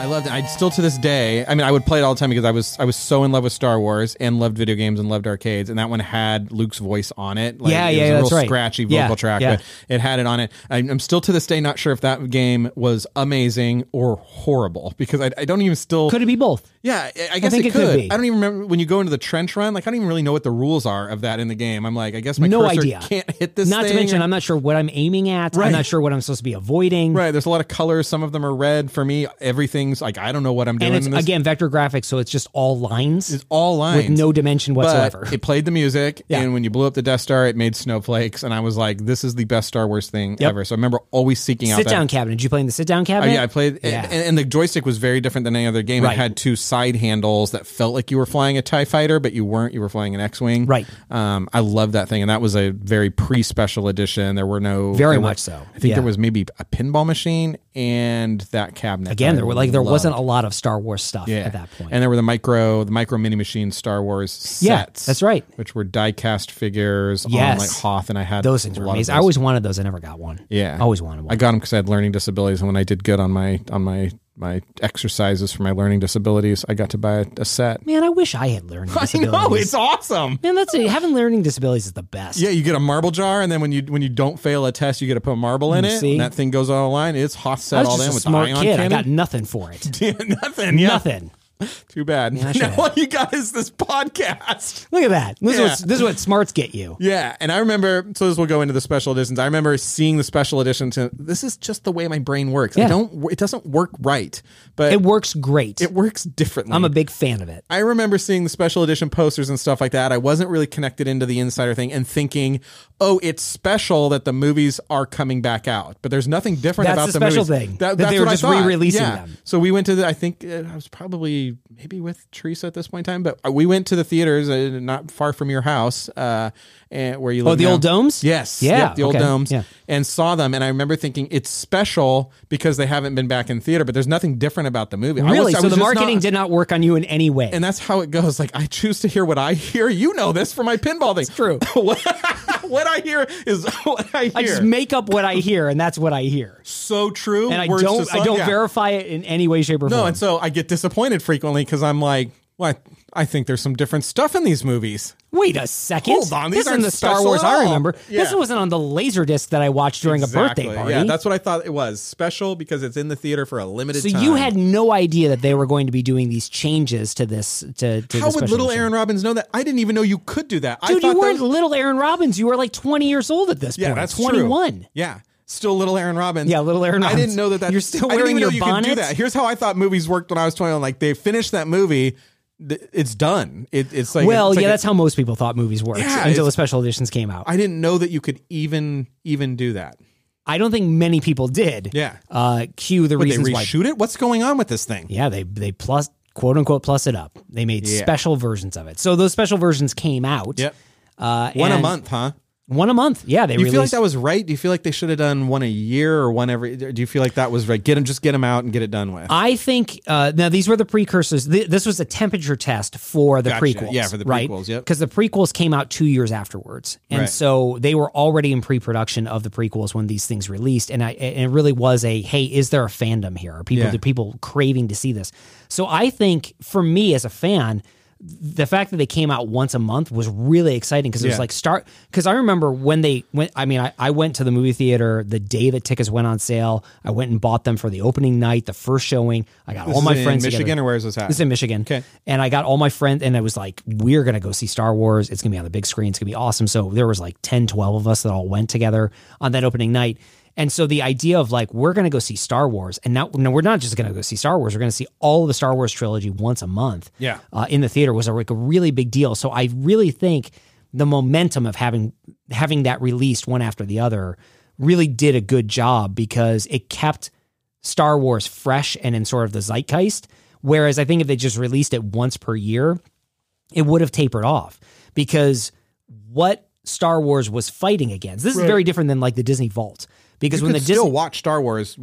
A: I loved it. I still to this day. I mean, I would play it all the time because I was I was so in love with Star Wars and loved video games and loved arcades. And that one had Luke's voice on it.
B: Yeah,
A: it
B: yeah,
A: was a
B: that's
A: real
B: right.
A: Scratchy vocal
B: Yeah,
A: track,
B: yeah.
A: but it had it on it. I, I'm still to this day not sure if that game was amazing or horrible because I, I don't even still.
B: Could it be both?
A: Yeah, I- I guess
B: think
A: it,
B: it could
A: could.
B: be.
A: I don't even remember when you go into the trench run. Like I don't even really know what the rules are of that in the game. I'm like, I guess my
B: no
A: cursor
B: idea.
A: can't hit this.
B: Not to
A: thing.
B: mention, I'm not sure what I'm aiming at. I'm
A: Right.
B: not sure what I'm supposed to be avoiding.
A: Right, there's a lot of colors. Some of them are red for me. Everything's I like I don't know what I'm doing.
B: and it's
A: in this.
B: again vector graphics, so it's just all lines.
A: It's all lines
B: with no dimension whatsoever.
A: But it played the music,
B: Yeah.
A: and when you blew up the Death Star, it made snowflakes, and I was like, "This is the best Star Wars thing
B: Yep.
A: ever." So I remember always seeking out
B: sit
A: that.
B: down cabinet. Did you play in the sit down
A: Uh,
B: cabinet?
A: yeah, I played,
B: Yeah.
A: And, and the joystick was very different than any other game.
B: Right.
A: It had two side handles that felt like you were flying a Tie Fighter, but you weren't. You were flying an X-wing.
B: Right.
A: Um, I love that thing, and that was a very pre-special edition. There were no
B: Very
A: there were-
B: much so.
A: I think
B: Yeah.
A: there was maybe a pinball machine and that cabinet.
B: Again,
A: that
B: there
A: I
B: were like there wasn't
A: loved.
B: a lot of Star Wars stuff
A: Yeah.
B: at that point.
A: And there were the micro, the micro mini machine Star Wars sets.
B: Yeah, that's right.
A: Which were die cast figures
B: Yes.
A: on like Hoth, and I had
B: those things
A: a
B: were
A: lot of
B: amazing. I
A: those.
B: always wanted those. I never got one.
A: yeah,
B: I always wanted one.
A: I got them because I had learning disabilities, and when I did good on my on my my exercises for my learning disabilities, I got to buy a, a set.
B: Man, I wish I had learning disabilities.
A: awesome.
B: Man, that's it. Having learning disabilities is the best.
A: Yeah, you get a marble jar, and then when you when you don't fail a test, you get to put marble in
B: You
A: it.
B: Mm, see?
A: And that thing goes all online. It's Hoth
B: I
A: set
B: was
A: all in
B: just a
A: with the
B: smart
A: ion
B: kid. I
A: cannon.
B: got nothing for it.
A: Yeah, nothing. Yeah,
B: Nothing.
A: Too bad.
B: I
A: now
B: should've.
A: all you got is this podcast.
B: Look at that. This, is
A: Yeah.
B: what, this is what smarts get you.
A: Yeah, and I remember. So this will go into the special editions. I remember seeing the special editions. And this is just the way my brain works.
B: Yeah.
A: I don't. It doesn't work right, but
B: It
A: it,
B: works great.
A: works differently.
B: I'm a big fan of it.
A: I remember seeing the special edition posters and stuff like that. I wasn't really connected into the insider thing and thinking, "Oh, it's special that the movies are coming back out." But there's nothing different
B: That's
A: about
B: the
A: the
B: special
A: movies.
B: thing, that they were
A: what I
B: just
A: thought.
B: re-releasing
A: Yeah.
B: them.
A: So we went to the. I think uh, I was probably maybe with Teresa at this point in time, but uh, we went to the theaters uh, not far from your house, uh, and where you
B: Oh,
A: live
B: the
A: now.
B: old domes?
A: Yes,
B: Yeah.
A: yep, the old
B: okay.
A: domes
B: Yeah.
A: and saw them and I remember thinking it's special because they haven't been back in theater, but there's nothing different about the movie. I
B: Really?
A: was- I
B: so
A: was
B: the
A: just
B: marketing
A: not-
B: did not work on you in any way.
A: and that's how it goes. Like I choose to hear what I hear. You know this from my pinball thing. It's
B: true.
A: what, what I hear is what I hear.
B: I just make up what I hear, and that's what I hear.
A: so true.
B: And I
A: words to
B: don't, I
A: song,
B: don't
A: yeah.
B: verify it in any way, shape, or
A: No,
B: form.
A: and so I get disappointed frequently because I'm like, well, I, I think there's some different stuff in these movies.
B: Wait a second.
A: Hold on, these
B: this isn't
A: aren't
B: the Star
A: special
B: Wars
A: at
B: I
A: all.
B: remember. This
A: Yeah.
B: wasn't on the laser disc that I watched during
A: Exactly.
B: a birthday party.
A: Yeah, that's what I thought it was. Special because it's in the theater for a limited
B: so
A: time.
B: you had no idea that they were going to be doing these changes to this. To, to
A: How would
B: the special
A: little
B: edition.
A: Aaron Robbins know that? I didn't even know you could do that. I
B: Dude,
A: thought
B: you
A: that
B: weren't
A: was-
B: little Aaron Robbins. You were like 20 years old at this
A: Yeah,
B: point.
A: that's true.
B: 21.
A: Yeah. Still little Aaron Robbins.
B: Yeah, little Aaron
A: I
B: Robbins.
A: didn't know that that's
B: You're still
A: I didn't
B: wearing
A: even know
B: your
A: you
B: bonnet?
A: Could do that. Here's how I thought movies worked when I was 21. Like they finished that movie, th- it's done. It, it's like
B: Well,
A: it's like
B: yeah,
A: a-
B: that's how most people thought movies worked
A: Yeah,
B: until
A: it's-
B: the special editions came out. I,
A: I didn't know that you could even even do that.
B: don't think many people did.
A: Yeah.
B: Uh, cue the
A: Would they
B: reasons why.
A: reshoot it? What's going on with this thing?
B: Yeah, they they plus quote unquote plus it up. They made
A: Yeah.
B: special versions of it. So those special versions came out.
A: Yep.
B: Uh,
A: One a
B: and-
A: month, huh?
B: One a month. Yeah, they
A: Do you
B: released.
A: feel like that was right? Do you feel like they should have done one a year or one every? Do you feel like that was right? Get them, just get them out and get it done with.
B: I think uh, now these were the precursors. Th- this was a temperature test for the
A: Gotcha.
B: prequels.
A: Yeah, for the
B: Right?
A: prequels, yep.
B: Because the prequels came out two years afterwards, and
A: Right.
B: so they were already in pre-production of the prequels when these things released. And I, and it really was a hey, is there a fandom here? Are people
A: Yeah.
B: do people craving to see this? So I think for me as a fan. The fact that they came out once a month was really exciting because it was
A: Yeah.
B: like start because I remember when they went. I mean, I, I went to the movie theater the day that tickets went on sale. I went and bought them for the opening night, the first showing. I got
A: This
B: all
A: is
B: my
A: in
B: friends
A: Michigan,
B: together.
A: or where is this at?
B: This is in Michigan.
A: Okay.
B: And I got all my friends, and I was like, we're going to go see Star Wars. It's going to be on the big screen. It's going to be awesome. So there was like 10, 12 of us that all went together on that opening night. And so the idea of like, we're going to go see Star Wars, and now no, we're not just going to go see Star Wars. We're going to see all of the Star Wars trilogy once a month
A: Yeah.
B: uh, in the theater was a, like a really big deal. So I really think the momentum of having having that released one after the other really did a good job because it kept Star Wars fresh and in sort of the zeitgeist. Whereas I think if they just released it once per year, it would have tapered off because what Star Wars was fighting against. This is very different than like the Disney Vault because
A: you
B: when
A: could
B: the
A: still
B: Disney,
A: watch Star Wars.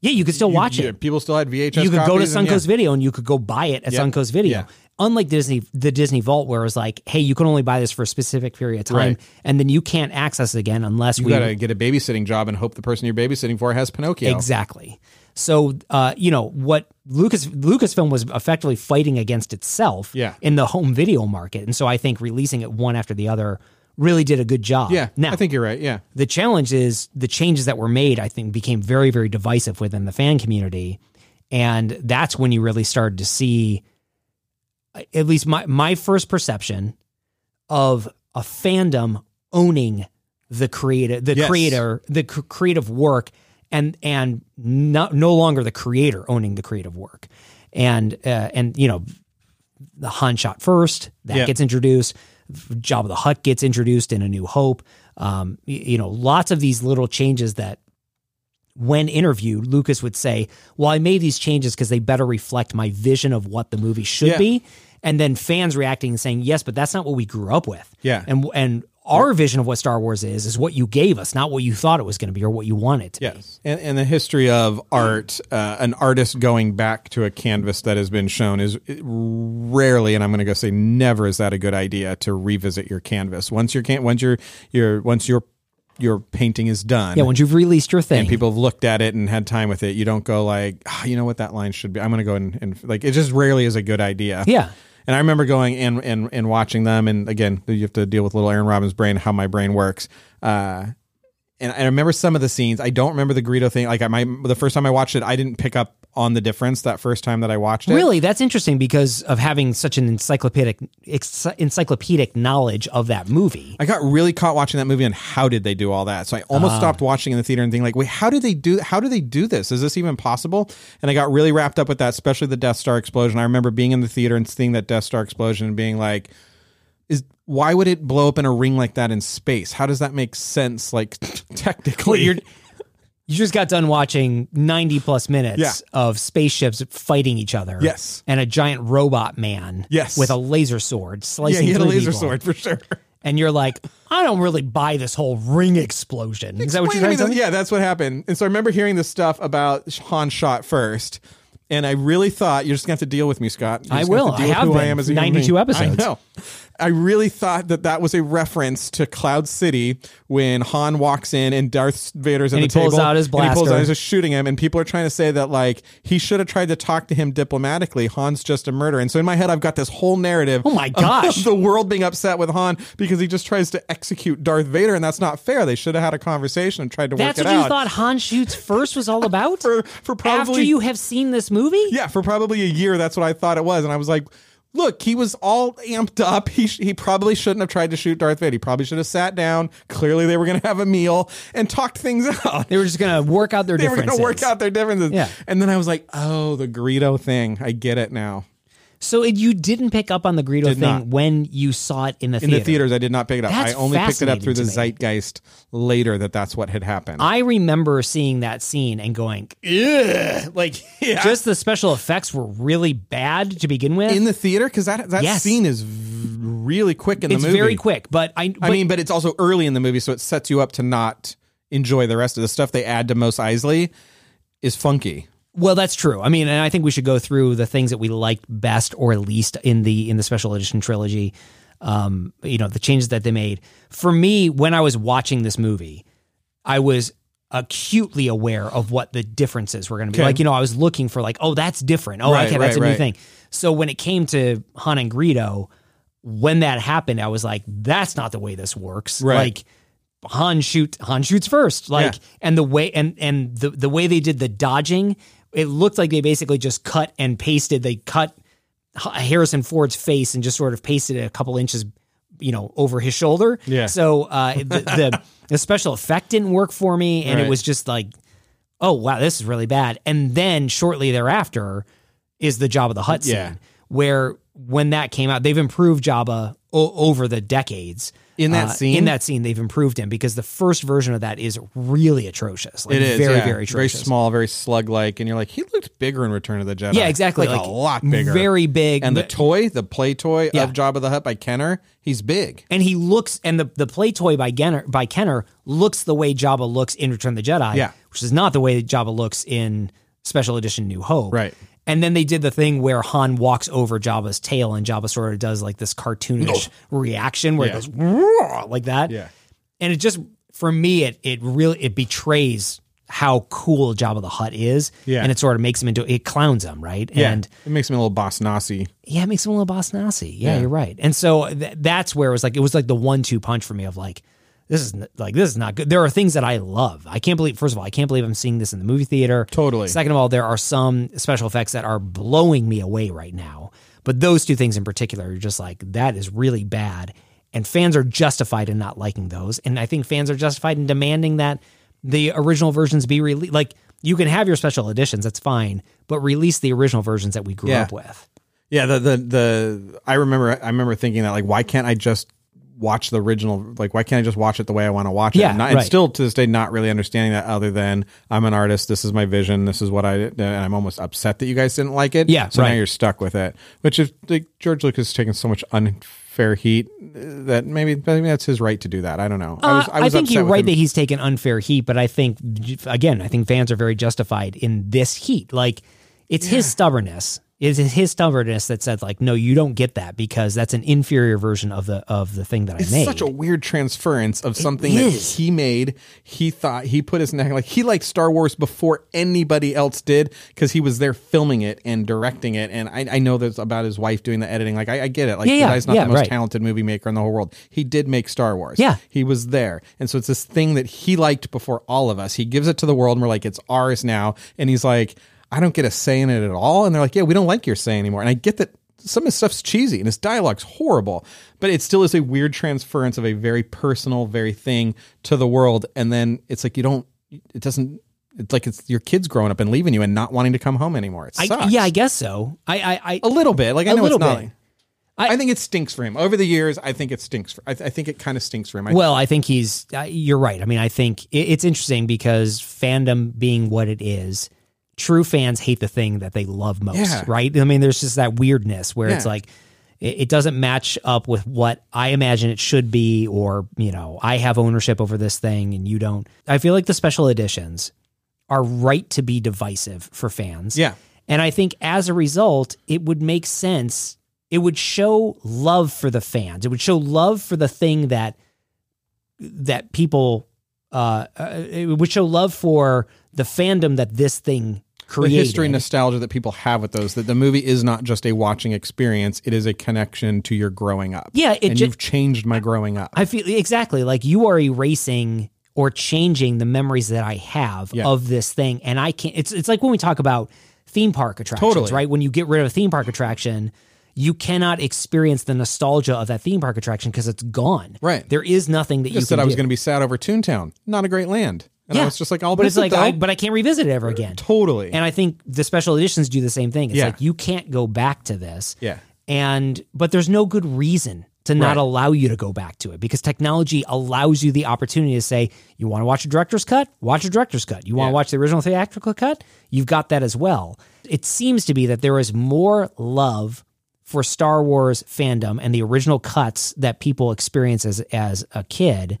B: yeah, you could still
A: You-
B: watch
A: yeah,
B: it
A: People still had VHS.
B: you could go to
A: copies and- yeah.
B: Suncoast Video and you could go buy it at
A: Yep.
B: Suncoast Video.
A: Yeah.
B: Unlike Disney, the Disney Vault, where it was like, hey, you can only buy this for a specific period of time,
A: Right.
B: and then you can't access it again unless
A: You
B: we
A: gotta get a babysitting job and hope the person you're babysitting for has Pinocchio.
B: exactly. So, uh, you know what Lucas Lucasfilm was effectively fighting against itself
A: Yeah.
B: in the home video market, and so I think releasing it one after the other really did a good job.
A: Yeah,
B: now
A: I think you're right. Yeah,
B: the challenge is the changes that were made i think became very very divisive within the fan community and that's when you really started to see at least my my first perception of a fandom owning the creative the
A: Yes.
B: creator the c- creative work and and no, no longer the creator owning the creative work. And uh, and you know, the Han shot first that
A: Yeah.
B: gets introduced. Job of the Hut gets introduced in A New Hope. Um, y- you know, lots of these little changes that when interviewed, Lucas would say, Well, I made these changes because they better reflect my vision of what the movie should
A: Yeah.
B: be. And then fans reacting and saying, Yes, but that's not what we grew up with.
A: Yeah.
B: And and our vision of what Star Wars is is what you gave us, not what you thought it was going to be or what you wanted to be.
A: Yes, and, and the history of art, uh, an artist going back to a canvas that has been shown is rarely, and I'm going to go say never, is that a good idea to revisit your canvas once your can once your your once your your painting is done.
B: Yeah, once you've released your thing.
A: and people have looked at it and had time with it. You don't go like, "Ah, you know what that line should be. I'm going to go and, and like it just rarely is a good idea.
B: Yeah.
A: And I remember going and and and watching them. And again, you have to deal with little Aaron Robbins' brain, how my brain works. Uh, and I remember some of the scenes. I don't remember the Greedo thing. Like I, my the first time I watched it, I didn't pick up on the difference that first time that I watched it.
B: Really, that's interesting because of having such an encyclopedic ex- encyclopedic knowledge of that movie.
A: I got really caught watching that movie and how did they do all that? So I
B: Ah.
A: almost stopped watching in the theater and thinking like, wait, how did they do how do they do this? Is this even possible? And I got really wrapped up with that, especially the Death Star explosion. I remember being in the theater and seeing that Death Star explosion and being like, is why would it blow up in a ring like that in space? How does that make sense? Like technically,
B: you're- You just got done watching 90 plus minutes
A: Yeah.
B: of spaceships fighting each other.
A: Yes.
B: And a giant robot man
A: Yes.
B: with a laser sword
A: yeah,
B: slicing
A: he had a
B: through
A: laser
B: people.
A: sword for sure.
B: And you're like, I don't really buy this whole ring explosion. Is that what
A: Explain
B: you're trying
A: to
B: to
A: me
B: say?
A: that- Yeah, that's what happened. And so I remember hearing this stuff about Han shot first. And I really thought you're just gonna have to deal with me, Scott. You're
B: I
A: just gonna
B: will.
A: have to deal
B: I
A: with
B: have
A: who I
B: been.
A: am as a human
B: 92
A: being.
B: episodes.
A: I know. I really thought that that was a reference to Cloud City when Han walks in and Darth Vader's at
B: And
A: the
B: he pulls
A: table
B: out his
A: And he pulls
B: blaster.
A: out his just shooting him, and people are trying to say that like he should have tried to talk to him diplomatically. Han's just a murderer, and so in my head, I've got this whole narrative.
B: Oh my gosh.
A: of the world being upset with Han because he just tries to execute Darth Vader, and that's not fair. They should have had a conversation and tried to
B: That's
A: work
B: what
A: it
B: you
A: out.
B: thought Han shoots first was all about?
A: For- for probably-
B: After you have seen this movie?
A: yeah, for probably a year, that's what I thought it was, and I was like. Look, he was all amped up. He, sh- he probably shouldn't have tried to shoot Darth Vader. He probably should have sat down. Clearly, they were going to have a meal and talked things out.
B: They were just going to work out their
A: they were going
B: differences.
A: to work out their differences.
B: Yeah.
A: And then I was like, oh, the Greedo thing. I get it now.
B: So it, you didn't pick up on the Greedo
A: Did
B: thing
A: not.
B: when you saw it in the
A: In
B: theater.
A: the theaters, I did not pick it up.
B: That's
A: I only picked it up through the
B: fascinating
A: zeitgeist later that that's what had happened.
B: I remember seeing that scene and going, Ugh. like just the special effects were really bad to begin with.
A: in the theater because that that
B: Yes.
A: scene is v- really quick in the
B: it's
A: movie.
B: very quick, but I,
A: I
B: but-
A: mean, but it's also early in the movie, so it sets you up to not enjoy the rest of the stuff they add to Mos Eisley is funky.
B: well, that's true. I mean, and I think we should go through the things that we liked best or least in the in the special edition trilogy. Um, you know, the changes that they made. For me, when I was watching this movie, I was acutely aware of what the differences were going to be.
A: Okay.
B: Like, you know, I was looking for like, oh, that's different. Oh,
A: Right,
B: okay, that's
A: right,
B: a new
A: right.
B: thing. So when it came to Han and Greedo, when that happened, I was like, that's not the way this works.
A: Right.
B: Like Han shoot Han shoots first. Like
A: Yeah.
B: and the way and and the the way they did the dodging, it looked like they basically just cut and pasted. They cut Ha- Harrison Ford's face and just sort of pasted it a couple inches, you know, over his shoulder.
A: Yeah.
B: So uh, the, the the special effect didn't work for me, and it
A: Right.
B: was just like, oh wow, this is really bad. And then shortly thereafter is the Jabba the Hutt scene,
A: Yeah.
B: where when that came out, they've improved Jabba o- over the decades. Uh,
A: In that scene?
B: in that scene, they've improved him because the first version of that is really atrocious. Like,
A: It is
B: very,
A: yeah.
B: very
A: very
B: atrocious.
A: small, very slug like, and you're like, he looked bigger in Return of the Jedi.
B: Yeah, exactly.
A: like, a lot bigger,
B: very big,
A: And the
B: but-
A: toy, the play toy
B: Yeah.
A: of Jabba the Hutt by Kenner, he's big.
B: and he looks and the, the play toy by Kenner by Kenner looks the way Jabba looks in Return of the Jedi,
A: Yeah.
B: which is not the way that Jabba looks in Special Edition New Hope.
A: Right.
B: And then they did the thing where Han walks over Jabba's tail and Jabba sort of does like this cartoonish reaction where
A: Oh. Yeah.
B: it goes "Whoa," like that. And it just for me it it really it betrays how cool Jabba the Hutt is.
A: Yeah.
B: And it sort of makes him into it clowns him, right?
A: yeah.
B: And
A: it makes me a little boss Nazi.
B: yeah, it makes him a little boss Nazi. Yeah,
A: Yeah.
B: you're right. And so th- that's where it was like it was like the one two punch for me of like this is n- like this is not good. There are things that I love. I can't believe. First of all, I can't believe I'm seeing this in the movie theater.
A: Totally.
B: Second of all, there are some special effects that are blowing me away right now. But those two things in particular are just like that is really bad, and fans are justified in not liking those. And I think fans are justified in demanding that the original versions be released. Like you can have your special editions, that's fine, but release the original versions that we grew
A: Yeah.
B: up with.
A: Yeah, the the the I remember I remember thinking that like why can't I just watch the original like why can't I just watch it the way I want to watch it?
B: Yeah,
A: And, not- and
B: right.
A: still to this day not really understanding that other than I'm an artist, this is my vision, this is what I and I'm almost upset that you guys didn't like it.
B: Yeah,
A: So now
B: right.
A: you're stuck with it. Which is like George Lucas has taken so much unfair heat uh, that maybe maybe that's his right to do that. I don't know.
B: Uh, I, think
A: upset
B: you're
A: with
B: right
A: him.
B: that he's taken unfair heat, but I think again, I think fans are very justified in this heat. Like it's his stubbornness. It's his stubbornness that said like, no, you don't get that because that's an inferior version of the of the thing that
A: It's
B: I made.
A: such a weird transference of something that
B: is.
A: he made. He thought he put his neck like he liked Star Wars before anybody else did because he was there filming it and directing it. And I, I know that's about his wife doing the editing. Like I, I get it. Like
B: Yeah,
A: the
B: yeah,
A: guy's not
B: yeah,
A: the most
B: right.
A: talented movie maker in the whole world. He did make Star Wars.
B: Yeah.
A: he was there, and so it's this thing that he liked before all of us. He gives it to the world, and we're like, it's ours now. And he's like, I don't get a say in it at all. And they're like, yeah, we don't like your say anymore. And I get that some of his stuff's cheesy and his dialogue's horrible, but it still is a weird transference of a very personal, very thing to the world. And then it's like you don't, it doesn't. It's like it's your kids growing up and leaving you and not wanting to come home anymore. It sucks.
B: I, yeah, I guess so. I I, I
A: a little bit. Like I
B: A
A: know it's
B: little
A: not.
B: bit.
A: I, think it stinks for him over the years. I think it stinks. For, I, I think it kind of stinks for him. I,
B: well, I think he's. Uh, you're right. I mean, I think it, it's interesting because fandom being what it is, true fans hate the thing that they love most,
A: Yeah.
B: right? I mean, there's just that weirdness where it's
A: Yeah.
B: like it, it doesn't match up with what I imagine it should be, or you know, I have ownership over this thing and you don't. I feel like the special editions are right to be divisive for fans.
A: yeah.
B: And I think as a result, it would make sense. It would show love for the fans. It would show love for the thing that that people. Uh, uh, it would show love for the fandom that this thing created.
A: the history and nostalgia that people have with those that the movie is not just a watching experience it is a connection to your growing up
B: Yeah, it
A: and
B: ju-
A: you've changed my growing up
B: I feel exactly like you are erasing or changing the memories that I have
A: Yeah.
B: of this thing, and I can't. It's it's like when we talk about theme park attractions,
A: Totally.
B: right? When you get rid of a theme park attraction, you cannot experience the nostalgia of that theme park attraction because it's gone.
A: Right.
B: There is nothing that you
A: just said
B: can
A: i was
B: do.
A: going to be sad over toontown not a great land and
B: Yeah.
A: i was just like i'll
B: but it's like,
A: though.
B: I, but I can't revisit it ever again.
A: totally
B: And I think the special editions do the same thing. It's
A: Yeah.
B: like you can't go back to this.
A: Yeah.
B: And but there's no good reason to not
A: Right.
B: allow you to go back to it because technology allows you the opportunity to say, you want to watch a director's cut? Watch a director's cut. You want to watch the original theatrical cut? You've got that as well. It seems to be that there is more love for Star Wars fandom and the original cuts that people experience as, as a kid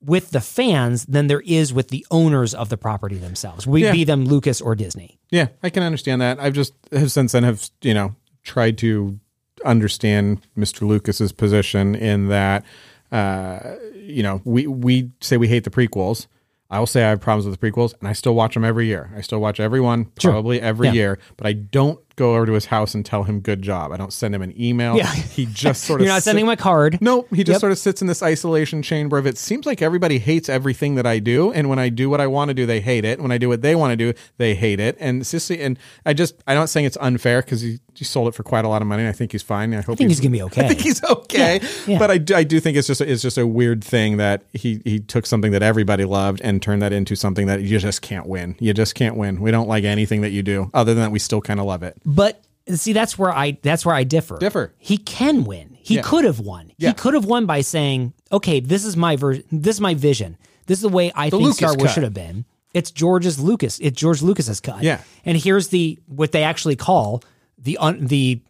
B: with the fans than there is with the owners of the property themselves, we
A: Yeah.
B: be them Lucas or Disney.
A: yeah i can understand that i've just have since then have you know tried to understand mr lucas's position in that uh you know we we say we hate the prequels I will say I have problems with the prequels, and I still watch them every year. I still watch every one, probably every
B: Yeah.
A: year, but I don't go over to his house and tell him good job. I don't send him an email.
B: Yeah.
A: He just sort
B: You're
A: of
B: not
A: sit-
B: sending him a card.
A: No, he just
B: Yep.
A: sort of sits in this isolation chamber of it seems like everybody hates everything that I do, and when I do what I want to do, they hate it. When I do what they want to do, they hate it. And Sissy and I just I'm not saying it's unfair because he, he sold it for quite a lot of money. and I think he's fine. I hope
B: I think he's gonna be okay.
A: I think he's okay.
B: yeah.
A: But I do, I do think it's just a, it's just a weird thing that he he took something that everybody loved and turned that into something that you just can't win. You just can't win. We don't like anything that you do other than that we still kind of love it.
B: But see, that's where I that's where I differ.
A: Differ.
B: He can win. He
A: Yeah.
B: could have won.
A: Yeah.
B: He could have won by saying, "Okay, this is my version. This is my vision. This is the way I think
A: Lucas
B: Star Wars
A: cut.
B: should have been." It's George's Lucas. It's George Lucas's cut.
A: Yeah.
B: And here's the what they actually call the un, the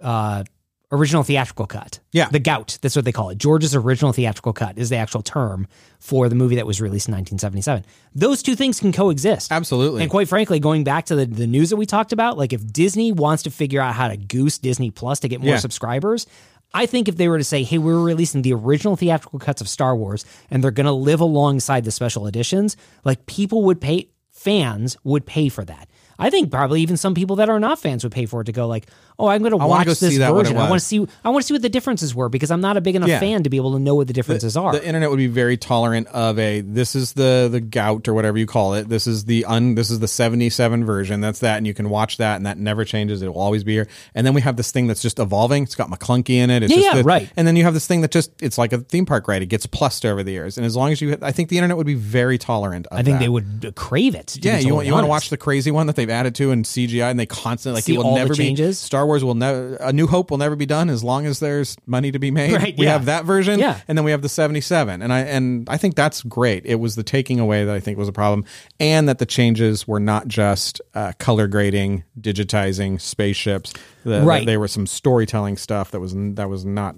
B: uh, original theatrical cut.
A: Yeah.
B: The gout. That's what they call it. George's original theatrical cut is the actual term for the movie that was released in 1977. Those two things can coexist.
A: Absolutely.
B: And quite frankly, going back to the, the news that we talked about, like if Disney wants to figure out how to goose Disney Plus to get more
A: Yeah.
B: subscribers, I think if they were to say, hey, we're releasing the original theatrical cuts of Star Wars and they're going to live alongside the special editions, like people would pay, fans would pay for that. I think probably even some people that are not fans would pay for it to go like, oh, I'm going to
A: wanna
B: watch
A: go
B: this
A: see that, what it
B: version. I want
A: was.
B: to see. I want to see what the differences were because I'm not a big enough
A: Yeah.
B: fan to be able to know what the differences are.
A: The internet would be very tolerant of a this is the the gout or whatever you call it. This is the un this is the 77 version. That's that and you can watch that and that never changes. It will always be here. And then we have this thing that's just evolving. It's got McClunky in it. It's
B: Yeah,
A: just
B: yeah,
A: the-
B: right.
A: And then you have this thing that just it's like a theme park ride. It gets plussed over the years. And as long as you I think the internet would be very tolerant of
B: I think
A: that.
B: they would uh, crave it. to be
A: Yeah, you
B: totally
A: want you want to
B: honest.
A: watch the crazy one that they've added to and CGI, and they constantly like
B: See
A: it will
B: all the
A: never
B: changes?
A: be Star Wars will never A New Hope will never be done as long as there's money to be made.
B: Right,
A: we
B: yeah.
A: have that version,
B: Yeah.
A: and then we have the seventy seven, and I and I think that's great. It was the taking away that I think was a problem, and that the changes were not just uh, color grading, digitizing spaceships. The,
B: Right.
A: there was some storytelling stuff that was that was not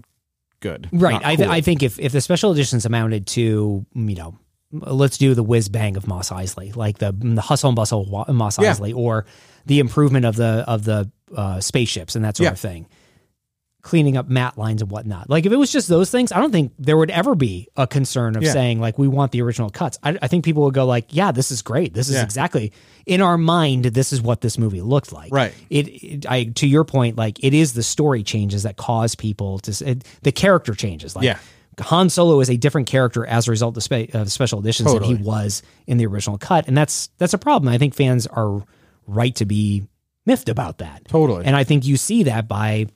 A: good.
B: Right.
A: not
B: I, th-
A: cool.
B: I think if, if the special editions amounted to, you know, let's do the whiz bang of Moss Isley, like the the hustle and bustle of Wa- Moss
A: Yeah.
B: Isley, or the improvement of the of the uh, spaceships and that sort
A: Yeah.
B: of thing. Cleaning up mat lines and whatnot. Like if it was just those things, I don't think there would ever be a concern of
A: Yeah.
B: saying like we want the original cuts. I, I think people would go like, yeah, this is great. This is
A: Yeah.
B: exactly in our mind. This is what this movie looked like
A: Right.
B: it, it i to your point like it is the story changes that cause people to s- it, the character changes like
A: Yeah.
B: han solo is a different character as a result of, spe- of special editions than
A: Totally.
B: he was in the original cut and that's that's a problem i think fans are right to be miffed about that
A: Totally.
B: and i think you see that by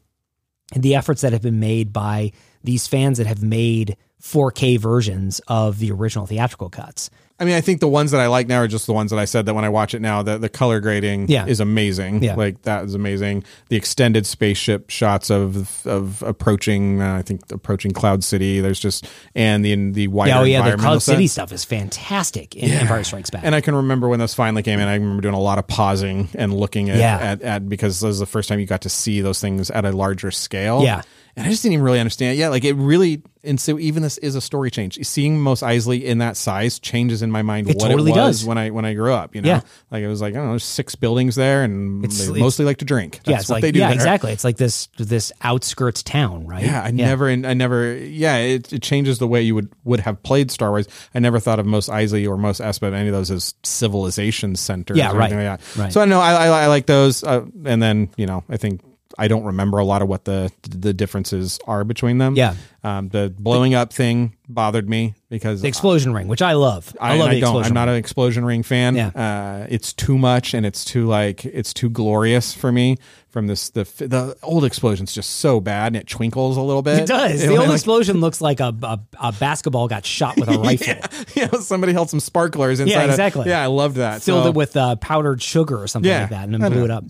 B: the efforts that have been made by these fans that have made 4k versions of the original theatrical cuts
A: I mean, I think the ones that I like now are just the ones that I said that when I watch it now, the, the color grading
B: Yeah.
A: is amazing.
B: Yeah.
A: Like that is amazing. The extended spaceship shots of of approaching, uh, I think approaching Cloud City. There's just and the the wider
B: yeah, oh yeah the
A: environmental
B: cloud
A: stuff.
B: city stuff is fantastic in empire strikes back
A: And I can remember when those finally came in. I remember doing a lot of pausing and looking at,
B: Yeah.
A: at, at because this is the first time you got to see those things at a larger scale.
B: Yeah.
A: And I just didn't even really understand. Yeah, like it really. And so even this is a story change. Seeing Mos Eisley in that size changes in my mind
B: It
A: what
B: totally
A: it was
B: does.
A: when I when I grew up. You know,
B: Yeah.
A: like it was like I don't know, there's six buildings there, and
B: It's-
A: they
B: it's-
A: mostly like to drink. That's
B: yeah, it's
A: what
B: like,
A: they do.
B: Yeah,
A: there.
B: exactly. It's like this this outskirts town, right?
A: Yeah, I never, I never, yeah, it, it changes the way you would would have played Star Wars. I never thought of Mos Eisley or Mos Espa, any of those as civilization centers.
B: Yeah,
A: or
B: right,
A: anything Like that.
B: right.
A: So I know I, I, I like those, uh, and then you know I think I don't remember a lot of what the the differences are between them.
B: Yeah.
A: um, the blowing up thing bothered me because
B: The explosion ring, which I love. I, love
A: and
B: the
A: don't.
B: explosion.
A: I'm not an
B: ring.
A: explosion ring fan.
B: Yeah.
A: Uh, it's too much and it's too like it's too glorious for me. From this, the the old explosion's just so bad and it twinkles a little bit.
B: it does. The
A: You know,
B: old
A: like-
B: explosion looks like a, a, a basketball got shot with a rifle,
A: you know, somebody held some sparklers inside. a-
B: exactly.
A: yeah, I loved that.
B: filled
A: So,
B: it with uh, powdered sugar or something
A: Yeah,
B: like that, and
A: I
B: then blew
A: know.
B: it up.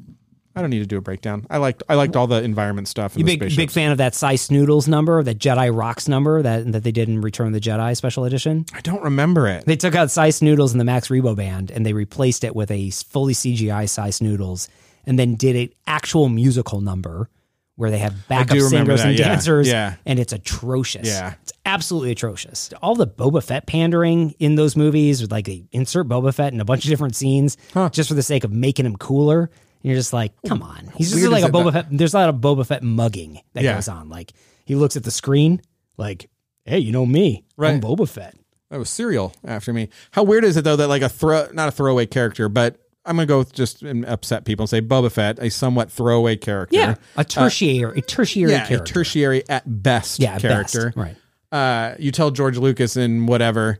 A: I don't need to do a breakdown. I liked I liked all the environment stuff. And
B: You
A: the
B: big big
A: spaceships.
B: fan of that Sice Noodles number, that Jedi Rocks number that that they did in Return of the Jedi Special Edition.
A: I don't remember it.
B: They took out Sice Noodles and the Max Rebo band, and they replaced it with a fully CGI Sice Noodles, and then did an actual musical number where they have backup
A: do remember
B: singers
A: that,
B: and
A: yeah,
B: dancers,
A: yeah.
B: and it's atrocious.
A: Yeah.
B: it's absolutely atrocious. All the Boba Fett pandering in those movies, with like they insert Boba Fett in a bunch of different scenes just for the sake of making him cooler. And you're just like, come on. He's just
A: weird
B: like
A: is
B: a
A: it
B: Boba
A: that-
B: Fett. There's a lot of Boba Fett mugging that
A: Yeah.
B: goes on. Like he looks at the screen, like, hey, you know me, I'm
A: Right.
B: Boba Fett.
A: That was serial after me. How weird is it though that like a throw not a throwaway character, but I'm gonna go with just and upset people and say Boba Fett, a somewhat throwaway character. Uh,
B: Yeah, a tertiary, a tertiary
A: yeah,
B: character.
A: a tertiary at best
B: yeah, at
A: character.
B: best. right?
A: Uh, you tell George Lucas in whatever.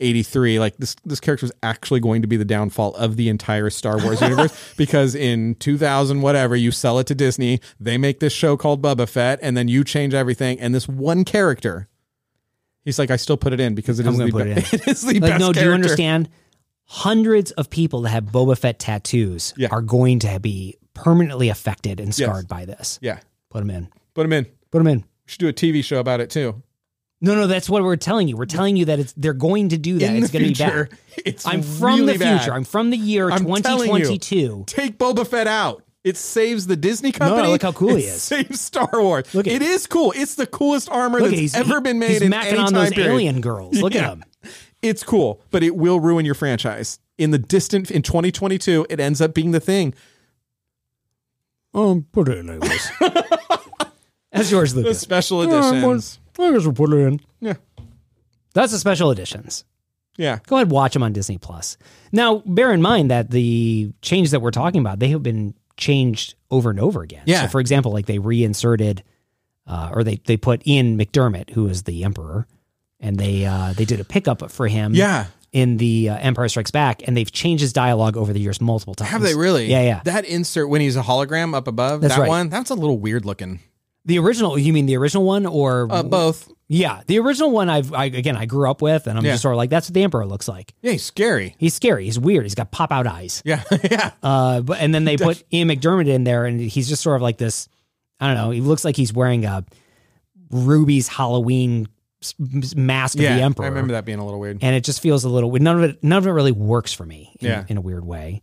A: 83 like this this character was actually going to be the downfall of the entire Star Wars universe because in 2000 whatever you sell it to Disney they make this show called Boba Fett and then you change everything and this one character he's like I still put it in because it
B: I'm
A: is the
B: gonna put
A: be-
B: it in.
A: it is the
B: Like,
A: best
B: no, do you
A: character.
B: understand? Hundreds of people that have Boba Fett tattoos
A: Yeah.
B: are going to be permanently affected and
A: Yes.
B: scarred by this.
A: Yeah.
B: Put them in.
A: Put him in. We
B: Put them in.
A: should do a TV show about it too.
B: No, no, that's what we're telling you. We're telling you that it's they're going to do that.
A: In
B: it's
A: the
B: going to be
A: future,
B: bad.
A: it's
B: I'm from
A: really
B: the future.
A: bad.
B: I'm from the year
A: I'm telling you.
B: 2022.
A: Take Boba Fett out. It saves the Disney company.
B: look how cool
A: it
B: he is.
A: Saves Star Wars.
B: Look at-
A: it is cool. It's the coolest armor
B: Look at
A: that's
B: he's
A: ever
B: he-
A: been made
B: He's
A: in
B: macking
A: any
B: on
A: time
B: those
A: period.
B: alien girls. Look at
A: Yeah.
B: him.
A: It's cool, but it will ruin your franchise. In the distant in 2022, it ends up being the thing.
B: Um, put it in anyways. That's George
A: The
B: Lucas.
A: special editions.
B: I guess we'll put it in.
A: Yeah.
B: That's the special editions.
A: Yeah.
B: Go ahead, watch them on Disney Plus. Now, bear in mind that the changes that we're talking about, they have been changed over and over again.
A: Yeah.
B: So, for example, like they reinserted, uh, or they they put Ian McDermott, who is the Emperor, and they uh, they did a pickup for him.
A: Yeah.
B: In the uh, Empire Strikes Back, and they've changed his dialogue over the years multiple times.
A: Have they really?
B: Yeah, yeah.
A: That insert when he's a hologram up above,
B: That's
A: that
B: right.
A: one, that's a little weird looking.
B: the original, you mean the original one or
A: Uh, both.
B: Yeah, the original one. I've I, again, I grew up with, and I'm
A: Yeah.
B: just sort of like, that's what the Emperor looks like.
A: Yeah, he's scary.
B: He's scary. He's weird. He's got pop out eyes.
A: Yeah, yeah.
B: Uh, but and then they put Ian McDermott in there, and he's just sort of like this. I don't know. He looks like he's wearing a Ruby's Halloween s- s- mask
A: yeah,
B: of the Emperor.
A: I remember that being a little weird.
B: And it just feels a little. None of it. None of it really works for me. In,
A: Yeah.
B: in a weird way.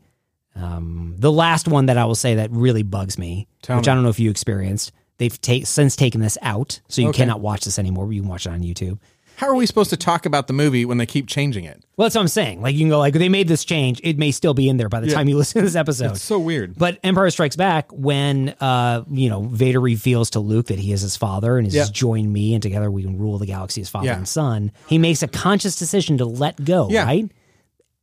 B: Um, the last one that I will say that really bugs me,
A: Tell
B: which
A: me.
B: I don't know if you experienced. They've ta- since taken this out, so you
A: Okay.
B: cannot watch this anymore. but You can watch it on YouTube.
A: How are we supposed to talk about the movie when they keep changing it?
B: Well, that's what I'm saying. Like you can go like they made this change. It may still be in there by the
A: Yeah.
B: time you listen to this episode.
A: It's so weird.
B: But Empire Strikes Back, when uh, you know Vader reveals to Luke that he is his father and he says,
A: Yeah.
B: "Join me, and together we can rule the galaxy as father
A: Yeah.
B: and son." He makes a conscious decision to let go.
A: Yeah.
B: Right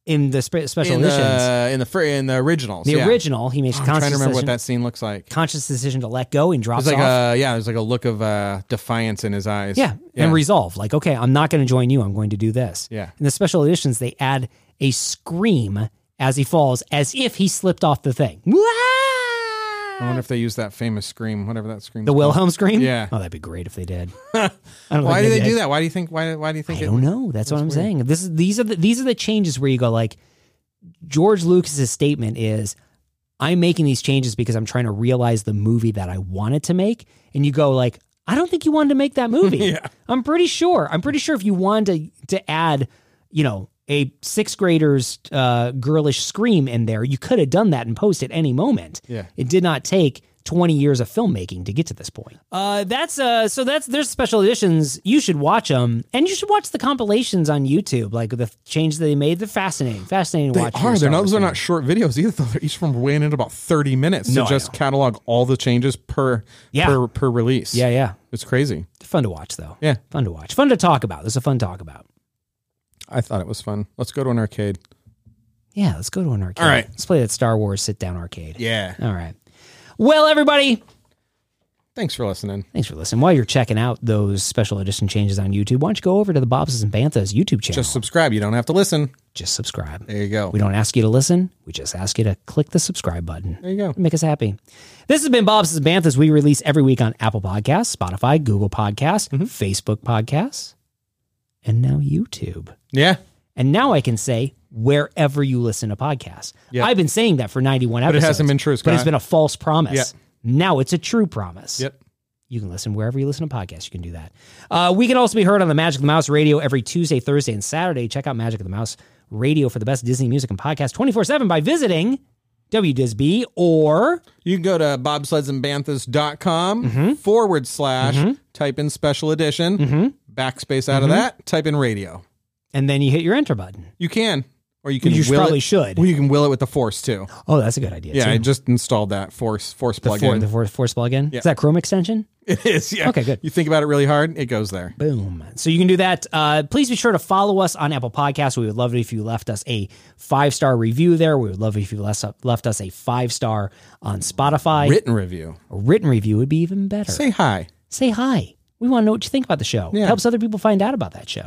B: in the spe- special
A: in
B: editions,
A: the in the fr- in the originals,
B: the
A: yeah.
B: original, he makes a
A: I'm
B: conscious
A: trying to remember what
B: decision,
A: that scene looks like.
B: conscious decision to let go and drops
A: There's like
B: off.
A: a yeah, there's like a look of uh, defiance in his eyes.
B: Yeah, and resolve. Like, okay, I'm not going to join you. I'm going to do this.
A: Yeah.
B: In the special editions, they add a scream as he falls, as if he slipped off the thing.
A: I wonder if they use that famous scream, whatever that scream.
B: The Wilhelm scream.
A: Yeah.
B: Oh, that'd be great if they did. I don't
A: Why do
B: think
A: they
B: did.
A: do that? Why do you think? Why why do you think?
B: I
A: it-
B: don't know. That's, what I'm saying. This is these are the these are the changes where you go like George Lucas's statement is I'm making these changes because I'm trying to realize the movie that I wanted to make and you go like I don't think you wanted to make that movie. I'm pretty sure. I'm pretty sure if you wanted to to add, you know, a sixth grader's uh, girlish scream in there, you could have done that in post at any moment.
A: Yeah.
B: It did not take 20 years of filmmaking to get to this point. Uh, that's uh, so that's there's special editions. You should watch them, and you should watch the compilations on YouTube, like the changes that they made. They're fascinating, fascinating. to
A: They
B: watch if you're
A: are. They're
B: a Star
A: not.
B: Wars
A: Those are
B: fan.
A: not short videos either. Though. They're each from weighing in about thirty minutes
B: No, I
A: to just
B: know.
A: catalog all the changes per
B: Yeah.
A: per per release.
B: Yeah, yeah.
A: it's crazy.
B: Fun to watch though.
A: Yeah.
B: fun to watch. Fun to talk about. This is a fun talk about.
A: I thought it was fun. Let's go to an arcade.
B: Yeah, let's go to an arcade.
A: All right.
B: let's play that Star Wars sit down arcade.
A: Yeah.
B: All right. Well, everybody,
A: Thanks for listening.
B: thanks for listening. While you're checking out those special edition changes on YouTube, why don't you go over to the Bobses and Banthas YouTube channel?
A: Just subscribe. You don't have to listen.
B: Just subscribe.
A: There you go.
B: We don't ask you to listen. We just ask you to click the subscribe button.
A: There you go.
B: Make us happy. This has been Bob's and Banthas. We release every week on Apple Podcasts, Spotify, Google Podcasts,
A: Mm-hmm.
B: Facebook Podcasts, and now YouTube.
A: Yeah.
B: And now I can say wherever you listen to podcasts.
A: Yeah.
B: I've been saying that for 91 episodes.
A: it hasn't been true,
B: But it's
A: Scott.
B: been a false promise.
A: Yeah.
B: Now it's a true promise.
A: Yep.
B: You can listen wherever you listen to podcasts. You can do that. Uh, we can also be heard on the Magic of the Mouse radio every Tuesday, Thursday, and Saturday. Check out Magic of the Mouse radio for the best Disney music and podcast 24 7 by visiting WDisB or
A: You can go to bobsleds.com forward slash type in special edition, backspace out of that, type in radio.
B: and then you hit your enter button.
A: You can, or you can.
B: You
A: will
B: probably
A: it,
B: should.
A: Well, you can will it with the force too.
B: Oh, that's a good idea.
A: Yeah,
B: too.
A: I just installed that force force
B: the, for,
A: plugin.
B: the for, force plugin.
A: Yeah.
B: Is that Chrome extension?
A: it is. Yeah.
B: Okay, good.
A: You think about it really hard, it goes there.
B: Boom. So you can do that. Uh, please be sure to follow us on Apple Podcasts. We would love it if you left us a five star review there. We would love it if you left us- left us a five star on Spotify.
A: Written review.
B: a written review would be even better.
A: Say hi.
B: Say hi. We want to know what you think about the show. It
A: Yeah. Mm-hmm.
B: helps other people find out about that show.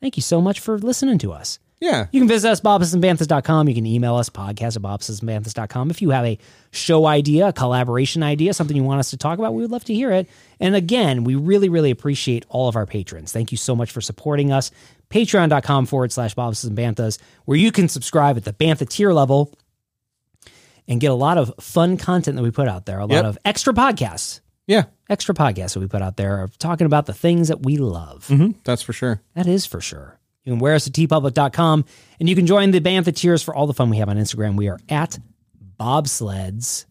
B: Thank you so much for listening to us.
A: Yeah.
B: You can visit us, bobsandbanthas.com. You can email us, podcast at bobsandbanthas.com. If you have a show idea, a collaboration idea, something you want us to talk about, we would love to hear it. And again, we really, really appreciate all of our patrons. Thank you so much for supporting us. Patreon.com forward slash bobsandbanthas, where you can subscribe at the Bantha tier level and get a lot of fun content that we put out there, a lot
A: Yep.
B: of extra podcasts,
A: Yeah.
B: extra podcasts that we put out there of talking about the things that we love.
A: That's for sure.
B: That is for sure. You can wear us at tpublic.com and you can join the Bantha Tiers for all the fun we have on Instagram. We are at bobsleds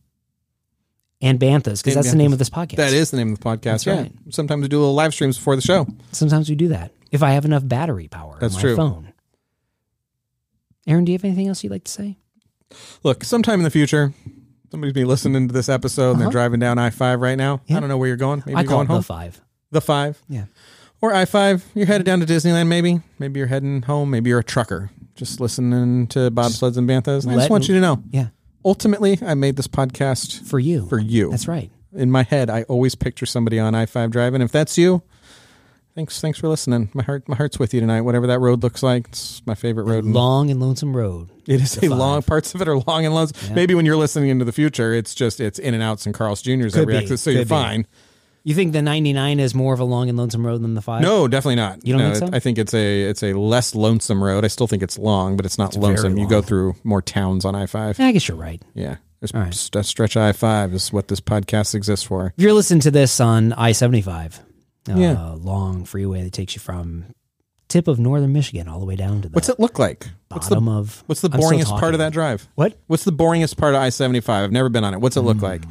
B: and banthas because that's the name of this podcast.
A: That is the name of the podcast. yeah.
B: right.
A: Sometimes we do little live streams before the show.
B: Sometimes we do that if I have enough battery power
A: That's
B: on my
A: true.
B: phone. Aaron, do you have anything else you'd like to say?
A: Look, sometime in the future, somebody's be listening to this episode and they're driving down I five right now.
B: Yeah.
A: I don't know where you're going. Maybe
B: I
A: you're
B: call
A: going
B: it the
A: home.
B: five.
A: the five.
B: Yeah.
A: or I five. You're headed down to Disneyland, maybe. Maybe you're heading home. Maybe you're a trucker just listening to bobsleds and banthas. I just
B: Let-
A: want you to know.
B: Yeah.
A: Ultimately, I made this podcast
B: For you.
A: for you.
B: That's right.
A: In my head, I always picture somebody on I five driving. If that's you, thanks. Thanks for listening. My heart, my heart's with you tonight. Whatever that road looks like, it's my favorite road. in-
B: Long and lonesome road.
A: it is a long. Parts of it are long and long. Maybe when you're listening into the future, it's just it's in and outs and Carl's Junior's every
B: be,
A: exit, so
B: could
A: you're
B: be.
A: fine.
B: You think the 99 is more of a long and lonesome road than the 5?
A: No, definitely not.
B: You don't
A: no,
B: think so?
A: I think it's a it's a less lonesome road. I still think it's long, but it's not lonesome. You
B: long.
A: go through more towns on I five.
B: I guess you're right.
A: Yeah. This
B: All right.
A: st- stretch I five is what this podcast exists for.
B: If you're listening to this on I 75, uh,
A: Yeah.
B: long freeway that takes you from tip of northern Michigan all the way down to the
A: What's it look like? What's the
B: bottom of.
A: what's the
B: I'm still
A: boringest part
B: talking.
A: of that drive?
B: What? Hmm.
A: What's the boringest part of I seventy five? I've never been on it. What's it look like?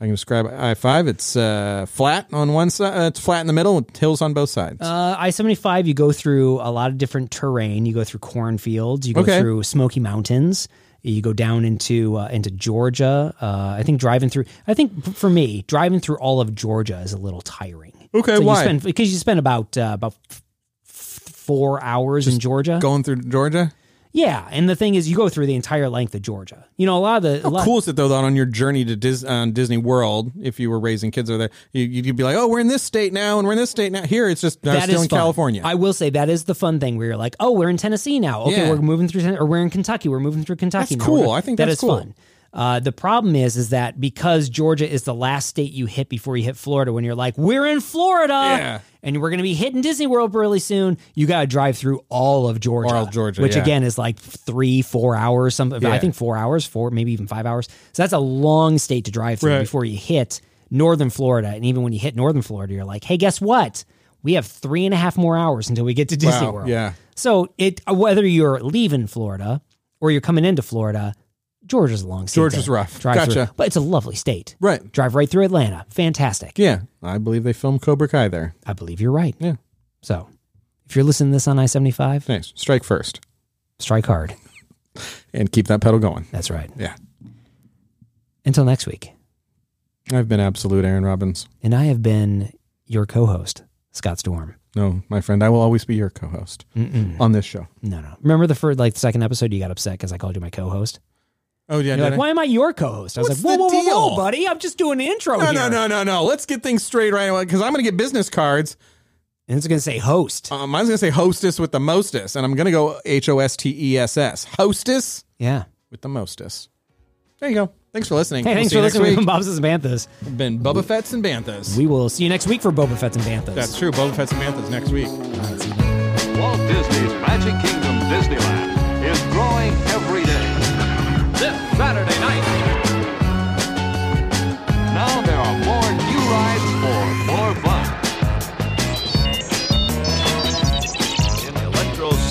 A: I can describe I five. It's uh, flat on one side. Uh, it's flat in the middle. with Hills on both sides.
B: Uh, I seventy five. You go through a lot of different terrain. You go through cornfields. You go
A: Okay.
B: through Smoky Mountains. You go down into uh, into Georgia. Uh, I think driving through. I think f- for me, driving through all of Georgia is a little tiring.
A: Okay,
B: so
A: why?
B: You spend, because you spend about uh, about f- f- four hours in Georgia.
A: Going through Georgia.
B: yeah, and the thing is, you go through the entire length of Georgia. You know, a lot of the a lot,
A: Oh, Cool is it though that on your journey to Dis- on Disney World, if you were raising kids over there, you, you'd be like, "Oh, we're in this state now, and we're in this state now." Here, it's just uh,
B: That
A: still
B: is
A: in
B: fun.
A: California.
B: I will say that is the fun thing where you're like, oh, we're in Tennessee now. Okay,
A: Yeah.
B: we're moving through, Ten- or we're in Kentucky. We're moving through Kentucky.
A: That's
B: now. We're-
A: cool. I think
B: that
A: that's
B: is
A: cool.
B: fun. Uh, the problem is, is that because Georgia is the last state you hit before you hit Florida, when you're like, we're in Florida,
A: Yeah.
B: and we're going to be hitting Disney World really soon, you got to drive through all of Georgia,
A: All of Georgia,
B: which
A: yeah.
B: again is like three, four hours. Something I
A: Yeah.
B: think four hours, four maybe even five hours. So that's a long state to drive through
A: Right.
B: before you hit northern Florida. And even when you hit northern Florida, you're like, hey, guess what? We have three and a half more hours until we get to Disney
A: Wow,
B: World.
A: yeah.
B: So it whether you're leaving Florida or you're coming into Florida, Georgia's a long state.
A: Georgia's
B: to
A: rough.
B: drive
A: Gotcha.
B: through. But it's a lovely state.
A: Right.
B: Drive right through Atlanta. Fantastic.
A: yeah, I believe they filmed Cobra Kai there.
B: I believe you're right.
A: Yeah.
B: So if you're listening to this on I 75,
A: Nice. Strike first
B: strike hard.
A: and keep that pedal going.
B: That's right.
A: Yeah.
B: Until next week.
A: I've been absolute Aaron Robbins.
B: And I have been your co host, Scott Storm.
A: No, my friend, I will always be your co host on this show.
B: No, no. Remember the first, like, the second episode, you got upset because I called you my co host?
A: Oh, yeah.
B: You're
A: did
B: like, why am I your co host? I was
A: What's
B: like, whoa,
A: the
B: whoa, whoa, whoa,
A: deal?
B: buddy. I'm just doing the intro
A: I?
B: here.
A: No, no, no, no, no. Let's get things straight right away because I'm going to get business cards.
B: And it's going to say host.
A: Um, I was going to say hostess with the mostest, and I'm going to go H O S T E S S. Hostess
B: yeah.
A: with the mostest. There you go. Thanks for listening.
B: Hey,
A: We'll
B: thanks
A: see
B: for
A: you next
B: listening to
A: week.
B: Bob's and Banthas.
A: Been Bubba Fett's and Banthas.
B: We will see you next week for Boba Fett's and Banthas.
A: That's true. Bubba Fett's and Banthas next week.
C: Walt Disney's Magic Kingdom Disneyland is growing every day. This Saturday night. Now there are more new rides for more fun.
D: in